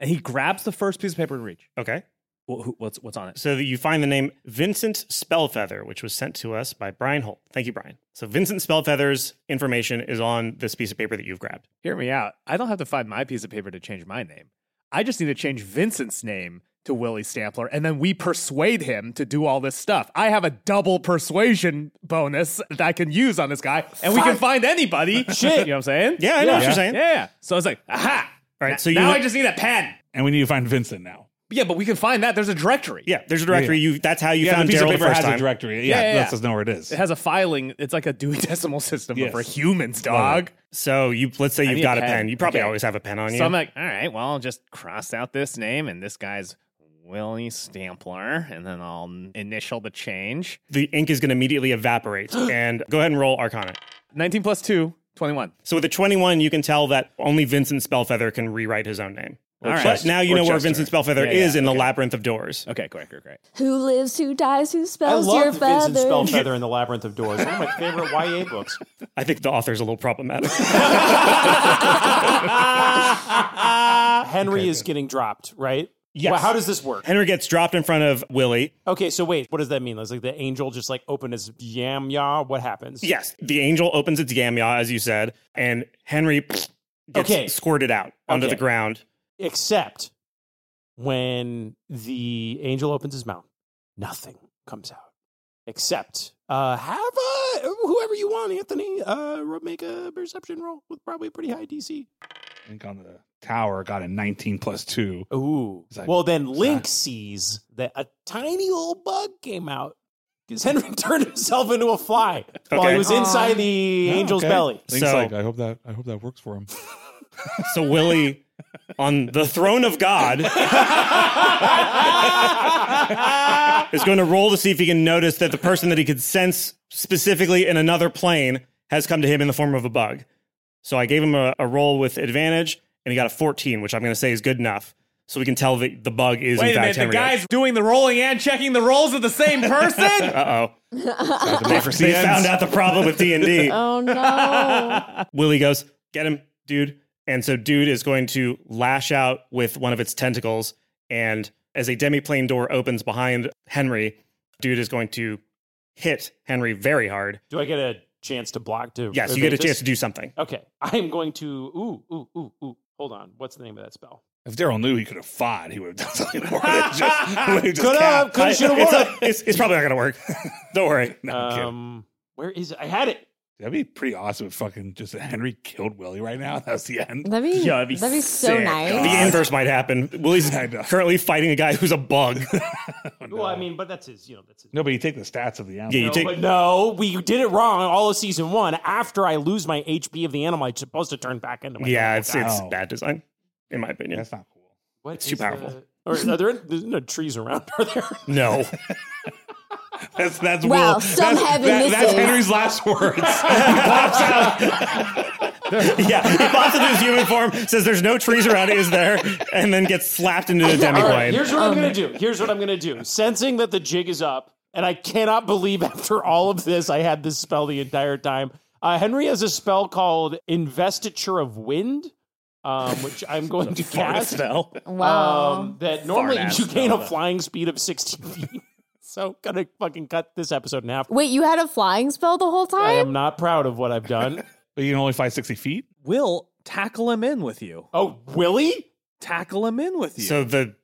And he grabs the first piece of paper in reach. Okay. what's what's on it? So that you find the name Vincent Spellfeather, which was sent to us by Brian Holt. Thank you, Brian. So Vincent Spellfeather's information is on this piece of paper that you've grabbed. Hear me out. I don't have to find my piece of paper to change my name. I just need to change Vincent's name to Willie Stampler, and then we persuade him to do all this stuff. I have a double persuasion bonus that I can use on this guy, and we can find anybody. Shit. You know what I'm saying? Yeah, I know what you're saying. Yeah. yeah. So I was like, aha. All right. So now I just need a pen. and we need to find Vincent now. Yeah, but we can find that. There's a directory. Yeah, there's a directory. You that's how you Yeah, the found piece of Daryl the paper first has a time. directory. Yeah, lets us know where it is. It has a filing. It's like a Dewey Decimal System but Yes. for humans, dog. So you let's say I you've need got a pen. You probably always have a pen on so you. So I'm like, all right, well, I'll just cross out this name and this guy's Willie Stampler, and then I'll initial the change. the ink is going to immediately evaporate. and go ahead and roll Arcana. 19 plus 2, 21. So with a 21, you can tell that only Vincent Spellfeather can rewrite his own name. Or But Chester. now you Or know where Chester. Vincent Spellfeather Yeah, is yeah, in the okay. labyrinth of doors. Okay, great, great, great. Who lives, who dies, who I spells your love feather? Vincent Spellfeather in the Labyrinth of Doors. One of my favorite YA books. I think the author's a little problematic. Henry is getting dropped, right? Yes. Well, how does this work? Henry gets dropped in front of Willie. Okay, so wait, what does that mean? Is like the angel just like open his yam ya? What happens? Yes, the angel opens its yamya, as you said, and Henry gets Okay. squirted out onto Okay. the ground. Except when the angel opens his mouth, nothing comes out. Except uh, have a, whoever you want, Anthony, uh, make a perception roll with probably a pretty high DC. Link on the Tower got a 19 plus two. Ooh. well, then Link sees that a tiny old bug came out because Henry turned himself into a fly while he was inside the Oh, angel's okay. belly. Link's like, I hope that I hope that works for him. so Willie on the throne of God is going to roll to see if he can notice that the person that he could sense specifically in another plane has come to him in the form of a bug. So I gave him a, a roll with advantage, and he got a 14, which I'm going to say is good enough. So we can tell that the bug is Wait in a fact minute, the Henry. guy's doing the rolling and checking the rolls of the same person? uh oh. the They, democracy they ends. found out the problem with D and D. Oh no. Willie goes, "Get him, dude!" And so, dude is going to lash out with one of its tentacles, and as a demiplane door opens behind Henry, dude is going to hit Henry very hard. Do I get a chance to block? To Yes, you get a evade this? chance to do something. Okay, I am going to. Ooh, ooh, ooh, ooh. Hold on. What's the name of that spell? If Daryl knew he could have fought, he would have done something more than just, would have just Coulda, capped. coulda, shoulda, Um, It's, woulda. not- it's- it's probably not going to work. Don't worry. No, I'm kidding. Where is it? I had it. That'd be pretty awesome if fucking just Henry killed Willie right now. That's the end. That'd be- Yeah, that'd be that'd be so sick. nice. The God. inverse might happen. Willie's currently fighting a guy who's a bug. Well, I mean, but that's his. You know, that's his. No, but you take the stats of the animal. Yeah, you no, take- but no, we you did it wrong all of season one. After I lose my HP of the animal, I'm supposed to turn back into my. yeah, normal it's guy. it's bad design, in my opinion. That's not cool. What it's too is the- powerful. Or are there there's no trees around? Are there? No. That's that's Wow, Will. some that's, heaven this that's is. Henry's last words. yeah, he pops into his human form, says there's no trees around, is there? And then gets slapped into the All demiplane. right, here's what I'm gonna do. Here's what I'm gonna do. Sensing that the jig is up, and I cannot believe after all of this, I had this spell the entire time. Uh, Henry has a spell called Investiture of Wind, um, which I'm going to farthest cast. spell. Wow. Um, that normally Fart-ass you gain spell, a though. flying speed of 60 feet. So gonna fucking cut this episode in half. Wait, you had a flying spell the whole I time? am not proud of what I've done. but you can only fly sixty feet. Will tackle him in with you. Oh, Willie? Tackle him in with you. So the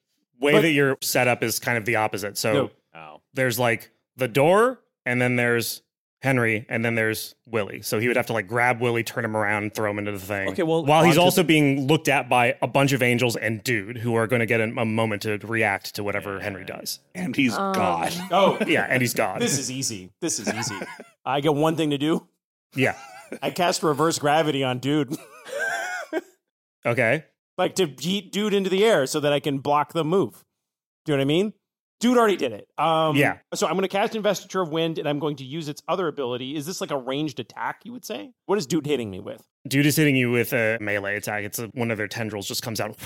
way But- that you're set up is kind of the opposite. So No. Oh. there's like the door, and then there's Henry, and then there's Willie. So he would have to like grab Willie, turn him around, throw him into the thing. Okay, well, while he's onto- also being looked at by a bunch of angels and dude who are going to get a, a moment to react to whatever Henry does. And he's Um, God. Oh, yeah, and he's God. This is easy. This is easy. I got one thing to do. Yeah. I cast reverse gravity on dude. Okay. Like to yeet dude into the air so that I can block the move. Do you know what I mean? Dude already did it. Um, Yeah. So I'm going to cast Investiture of Wind and I'm going to use its other ability. Is this like a ranged attack, you would say? What is dude hitting me with? Dude is hitting you with a melee attack. It's a, one of their tendrils just comes out.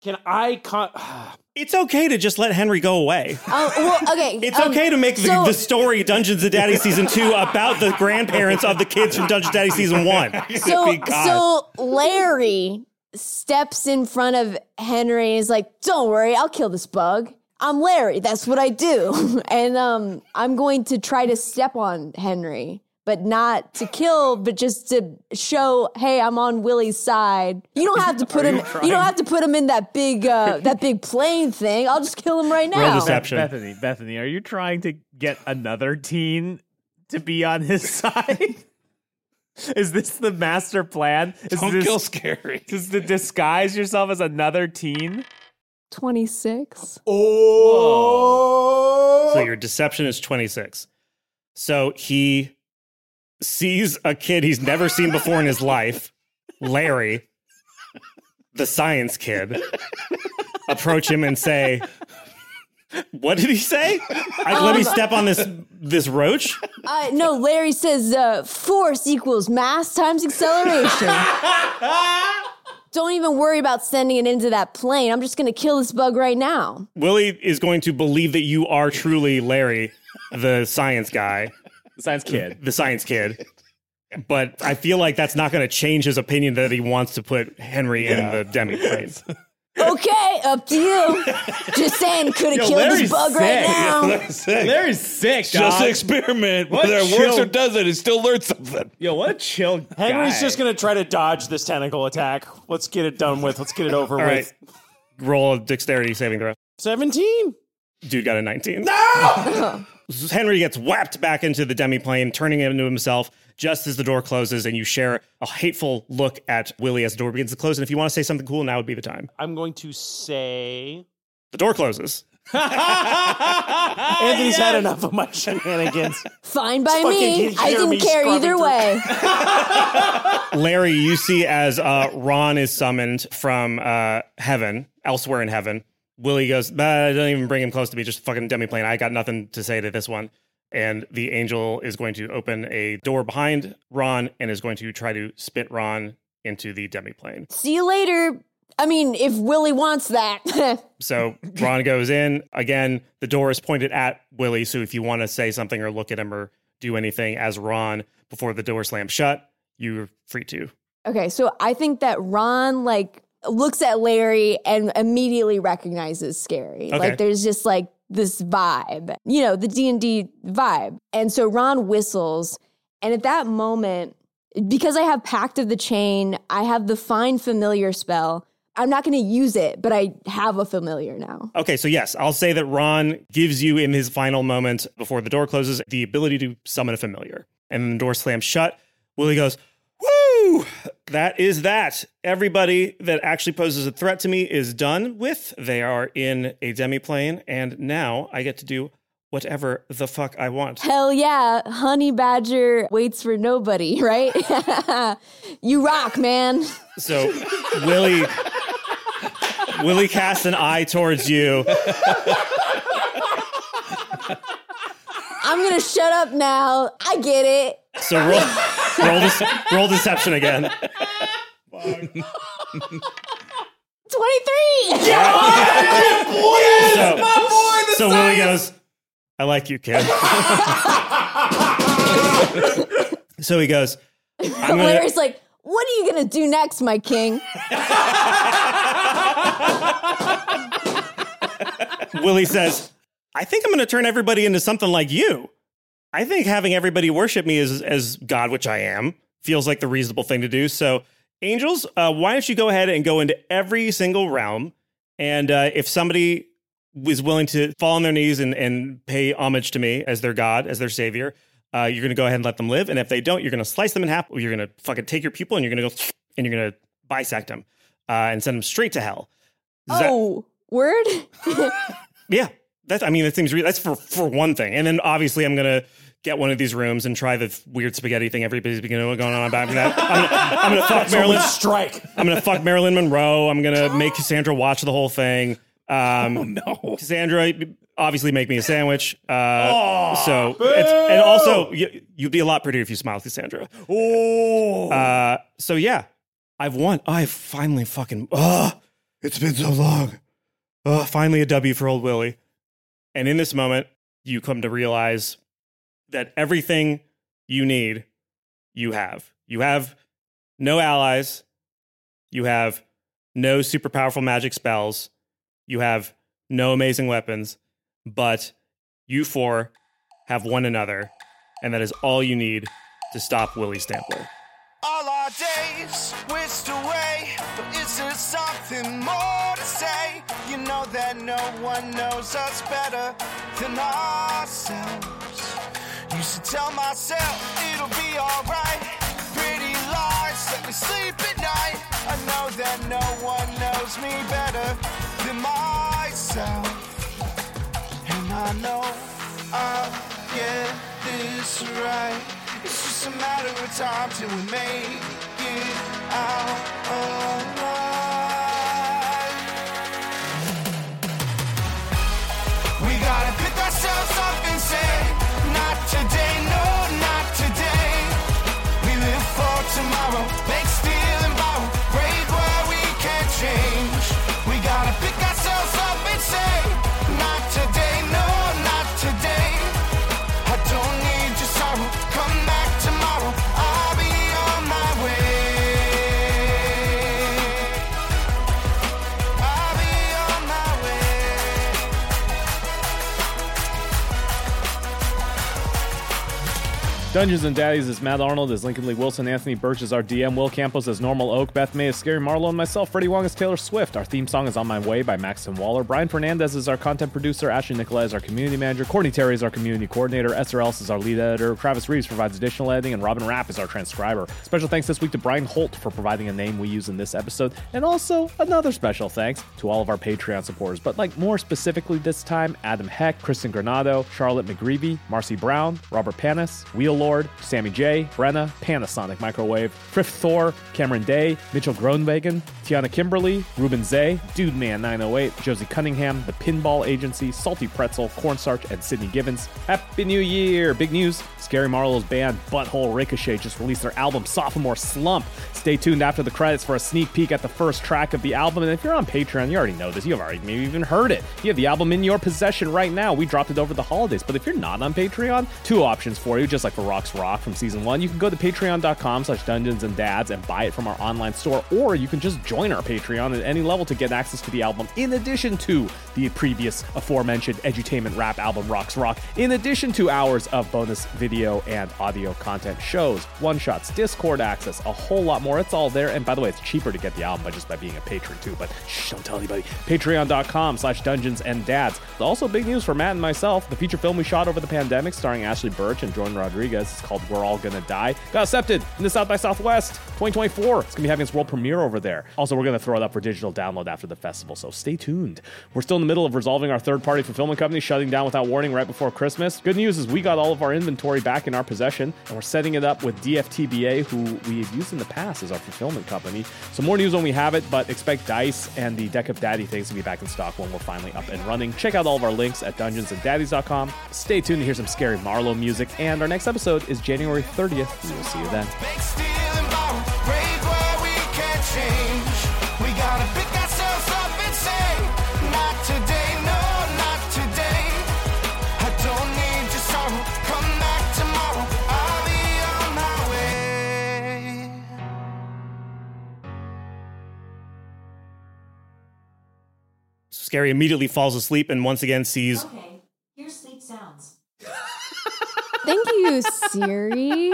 Can I. Con- it's okay to just let Henry go away. Oh, well, okay. It's um, okay to make the, so- the story Dungeons and Daddy season two about the grandparents of the kids from Dungeons and Daddy season one. So, so Larry steps in front of Henry and is like, "Don't worry, I'll kill this bug. I'm Larry. That's what I do." and um, I'm going to try to step on Henry, but not to kill, but just to show, "Hey, I'm on Willie's side." You don't have to put him. You, don't have to put him in that big uh, that big plane thing. I'll just kill him right now. Bethany, Bethany, are you trying to get another teen to be on his side? Is this the master plan? Is Don't this, kill scary. Is to disguise yourself as another teen? Twenty six. Oh. So your deception is 26. So he sees a kid he's never seen before in his life, Larry, the science kid, approach him and say, What did he say? I, let me Um, step on this this roach. Uh, no, Larry says uh, force equals mass times acceleration. Don't even worry about sending it into that plane. I'm just going to kill this bug right now. Willie is going to believe that you are truly Larry, the science guy, the science kid, the science kid. But I feel like that's not going to change his opinion that he wants to put Henry in the demi plane. Okay, up to you. Just saying, could have killed this bug right now. sick. Larry's sick. Uh, Just dog. experiment. What Whether it works chill- or doesn't, it still learns something. Yo, what a chill Henry's guy. just going to try to dodge this tentacle attack. Let's get it done with. Let's get it over All with. right. Roll a dexterity saving throw. 17. Dude got a 19. No! Henry gets whapped back into the demi plane, turning into himself. just as the door closes and you share a hateful look at Willie as the door begins to close. And if you want to say something cool, now would be the time. I'm going to say the door closes. Anthony's had enough of my shenanigans. Fine by Fucking me. can I hear didn't me care scrubbing either through- way. Larry, you see as uh, Ron is summoned from uh, heaven, elsewhere in heaven. Willie goes, "Bah, don't even bring him close to me, just fucking dummy plane. I got nothing to say to this one. And the angel is going to open a door behind Ron and is going to try to spit Ron into the demi plane. See you later. I mean, if Willie wants that. So Ron goes in. Again, the door is pointed at Willie. So if you want to say something or look at him or do anything as Ron before the door slams shut, you're free to. okay, so I think that Ron like looks at Larry and immediately recognizes Scary. Okay. Like there's just like this vibe, you know, the D and D vibe. And so Ron whistles, and at that moment, because I have Pact of the Chain, I have the Find Familiar spell. I'm not going to use it, but I have a familiar now. Okay, so yes, I'll say that Ron gives you in his final moment before the door closes the ability to summon a familiar. And the door slams shut. Willie goes, Woo! That is that. Everybody that actually poses a threat to me is done with. They are in a demiplane, and now I get to do whatever the fuck I want. Hell yeah, honey badger waits for nobody, right? you rock, man. So Willie Willie casts an eye towards you. I'm gonna shut up now. I get it. So roll roll, dece- roll deception again. 23! So- so Willie goes, I like you, kid. so he goes, I'm gonna- Larry's like, what are you gonna do next, my king? Willie says, I think I'm going to turn everybody into something like you. I think having everybody worship me as, as God, which I am, feels like the reasonable thing to do. So, angels, uh, why don't you go ahead and go into every single realm? And uh, if somebody is willing to fall on their knees and, and pay homage to me as their God, as their savior, uh, you're going to go ahead and let them live. And if they don't, you're going to slice them in half. You're going to fucking take your people and you're going to go and you're going to bisect them uh, and send them straight to hell. Is that- Oh, word? yeah, that's. I mean, that seems re- that's for for one thing, and then obviously I'm gonna get one of these rooms and try the f- weird spaghetti thing everybody's been going going on about. I'm gonna, I'm gonna, I'm gonna fuck That's a Marilyn left strike. I'm gonna fuck Marilyn Monroe. I'm gonna make Cassandra watch the whole thing. Um, oh no, Cassandra. Obviously, make me a sandwich. Uh, so, it's, and also, you, you'd be a lot prettier if you smiled, Cassandra. Oh, uh, so yeah, I've won. I finally fucking. Oh, it's been so long. Oh, finally a W for old Willie. And in this moment, you come to realize that everything you need, you have. You have no allies. You have no super powerful magic spells. You have no amazing weapons, but you four have one another, and that is all you need to stop Willie Stampler. All our days whisked away, but is there something more to say? You know that no one knows us better than ourselves. Used to tell myself it'll be alright. Pretty lies let me sleep at night. I know that no one knows me better than myself. And I know I'll get this right. It's just a matter of time till we make it out alive. We gotta pick ourselves up and say, not today, no, not today. We live for tomorrow, make, steal, and borrow, brave where we can change. We gotta pick ourselves up and say, not today, no, not today. I don't need your sorrow, come back tomorrow, I'll be on my way. Dungeons and Daddies is Matt Arnold, is Lincoln Lee Wilson, Anthony Birch is our DM, Will Campos is Normal Oak, Beth May is Scary Marlowe, and myself, Freddie Wong is Taylor Swift. Our theme song is On My Way by Maxim Waller. Brian Fernandez is our content producer, Ashley Nicolai is our community manager, Courtney Terry is our community coordinator, Esther Ellis is our lead editor, Travis Reeves provides additional editing, and Robin Rapp is our transcriber. Special thanks this week to Brian Holt for providing a name we use in this episode, and also another special thanks to all of our Patreon supporters, but like more specifically this time, Adam Heck, Kristen Granado, Charlotte McGreevy, Marcy Brown, Robert Panis, Wheel Lord, Sammy J, Brenna, Panasonic Microwave, Frith Thor, Cameron Day, Mitchell Groenwegen, Tiana Kimberly, Ruben Zay, Dude Man 908, Josie Cunningham, The Pinball Agency, Salty Pretzel, Cornstarch, and Sydney Gibbons. Happy New Year! Big news! Scary Marlow's band Butthole Ricochet just released their album Sophomore Slump. Stay tuned after the credits for a sneak peek at the first track of the album. And if you're on Patreon, you already know this. You've already maybe even heard it. You have the album in your possession right now. We dropped it over the holidays. But if you're not on Patreon, two options for you, just like for Rocks Rock from season one. You can go to patreon.com slash dungeons and dads and buy it from our online store, or you can just join our Patreon at any level to get access to the album in addition to the previous aforementioned edutainment rap album Rocks Rock, in addition to hours of bonus video and audio content shows, one shots, Discord access, a whole lot more. It's all there. And by the way, it's cheaper to get the album by just by being a patron too, but shh, don't tell anybody. Patreon.com slash dungeons and dads. Also, big news for Matt and myself the feature film we shot over the pandemic starring Ashley Birch and Jordan Rodriguez is called We're All Gonna Die. Got accepted in the South by Southwest 2024. It's gonna be having its world premiere over there. Also, we're gonna throw it up for digital download after the festival, so stay tuned. We're still in the middle of resolving our third party fulfillment company shutting down without warning right before Christmas. Good news is we got all of our inventory back in our possession and we're setting it up with DFTBA, who we've used in the past as our fulfillment company. So, more news when we have it, but expect Dice and the Deck of Daddy things to be back in stock when we're finally up and running. Check out all of our links at dungeonsanddaddies.com. Stay tuned to hear some scary Marlowe music, and our next episode is January 30th. We will see you then. brave where we can change. We gotta pick ourselves up and say, not today, no, not today. I don't need your sorrow. Come back tomorrow. I'll be on my way. Scary immediately falls asleep and once again sees Okay, here's sleep sounds. Thank you, Siri.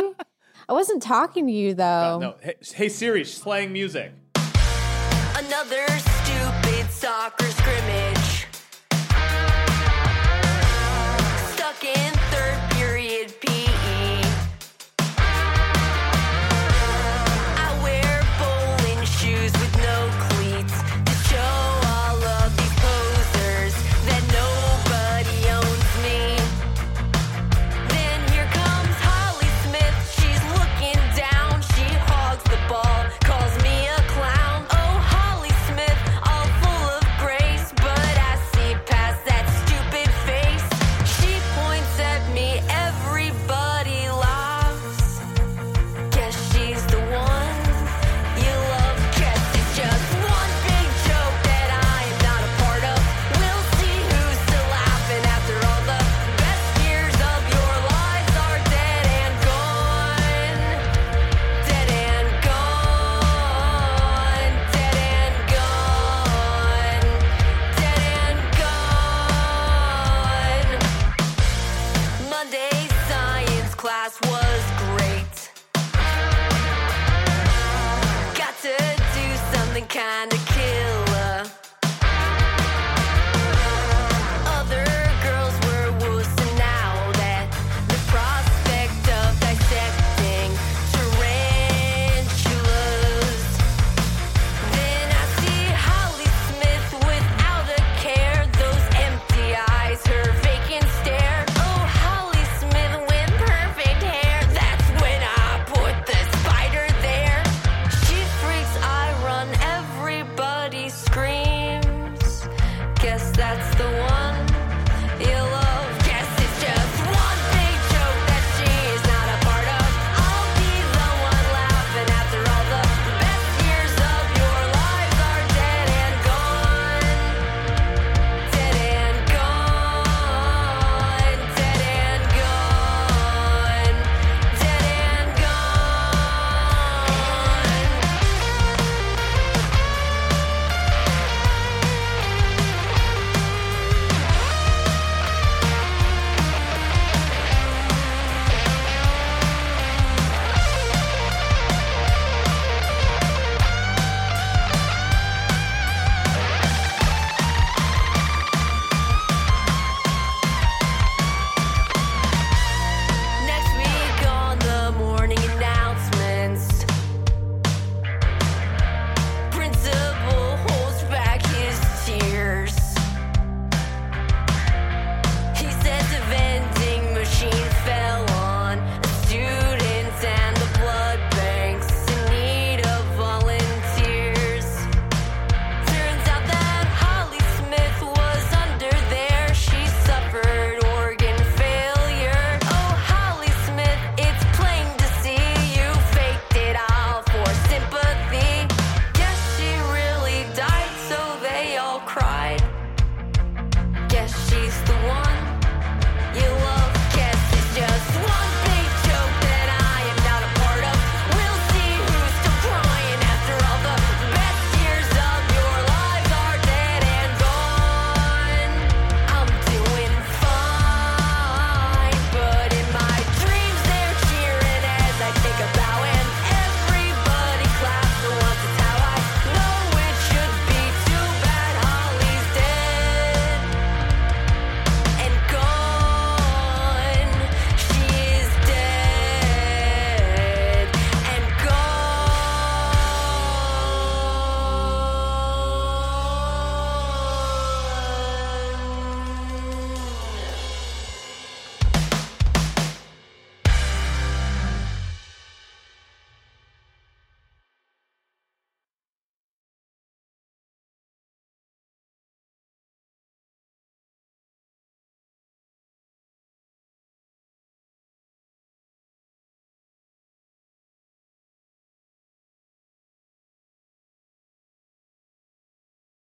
I wasn't talking to you though. No, hey, hey Siri, she's playing music. Another stupid soccer scrimmage. E. Oh, Oh, Oh,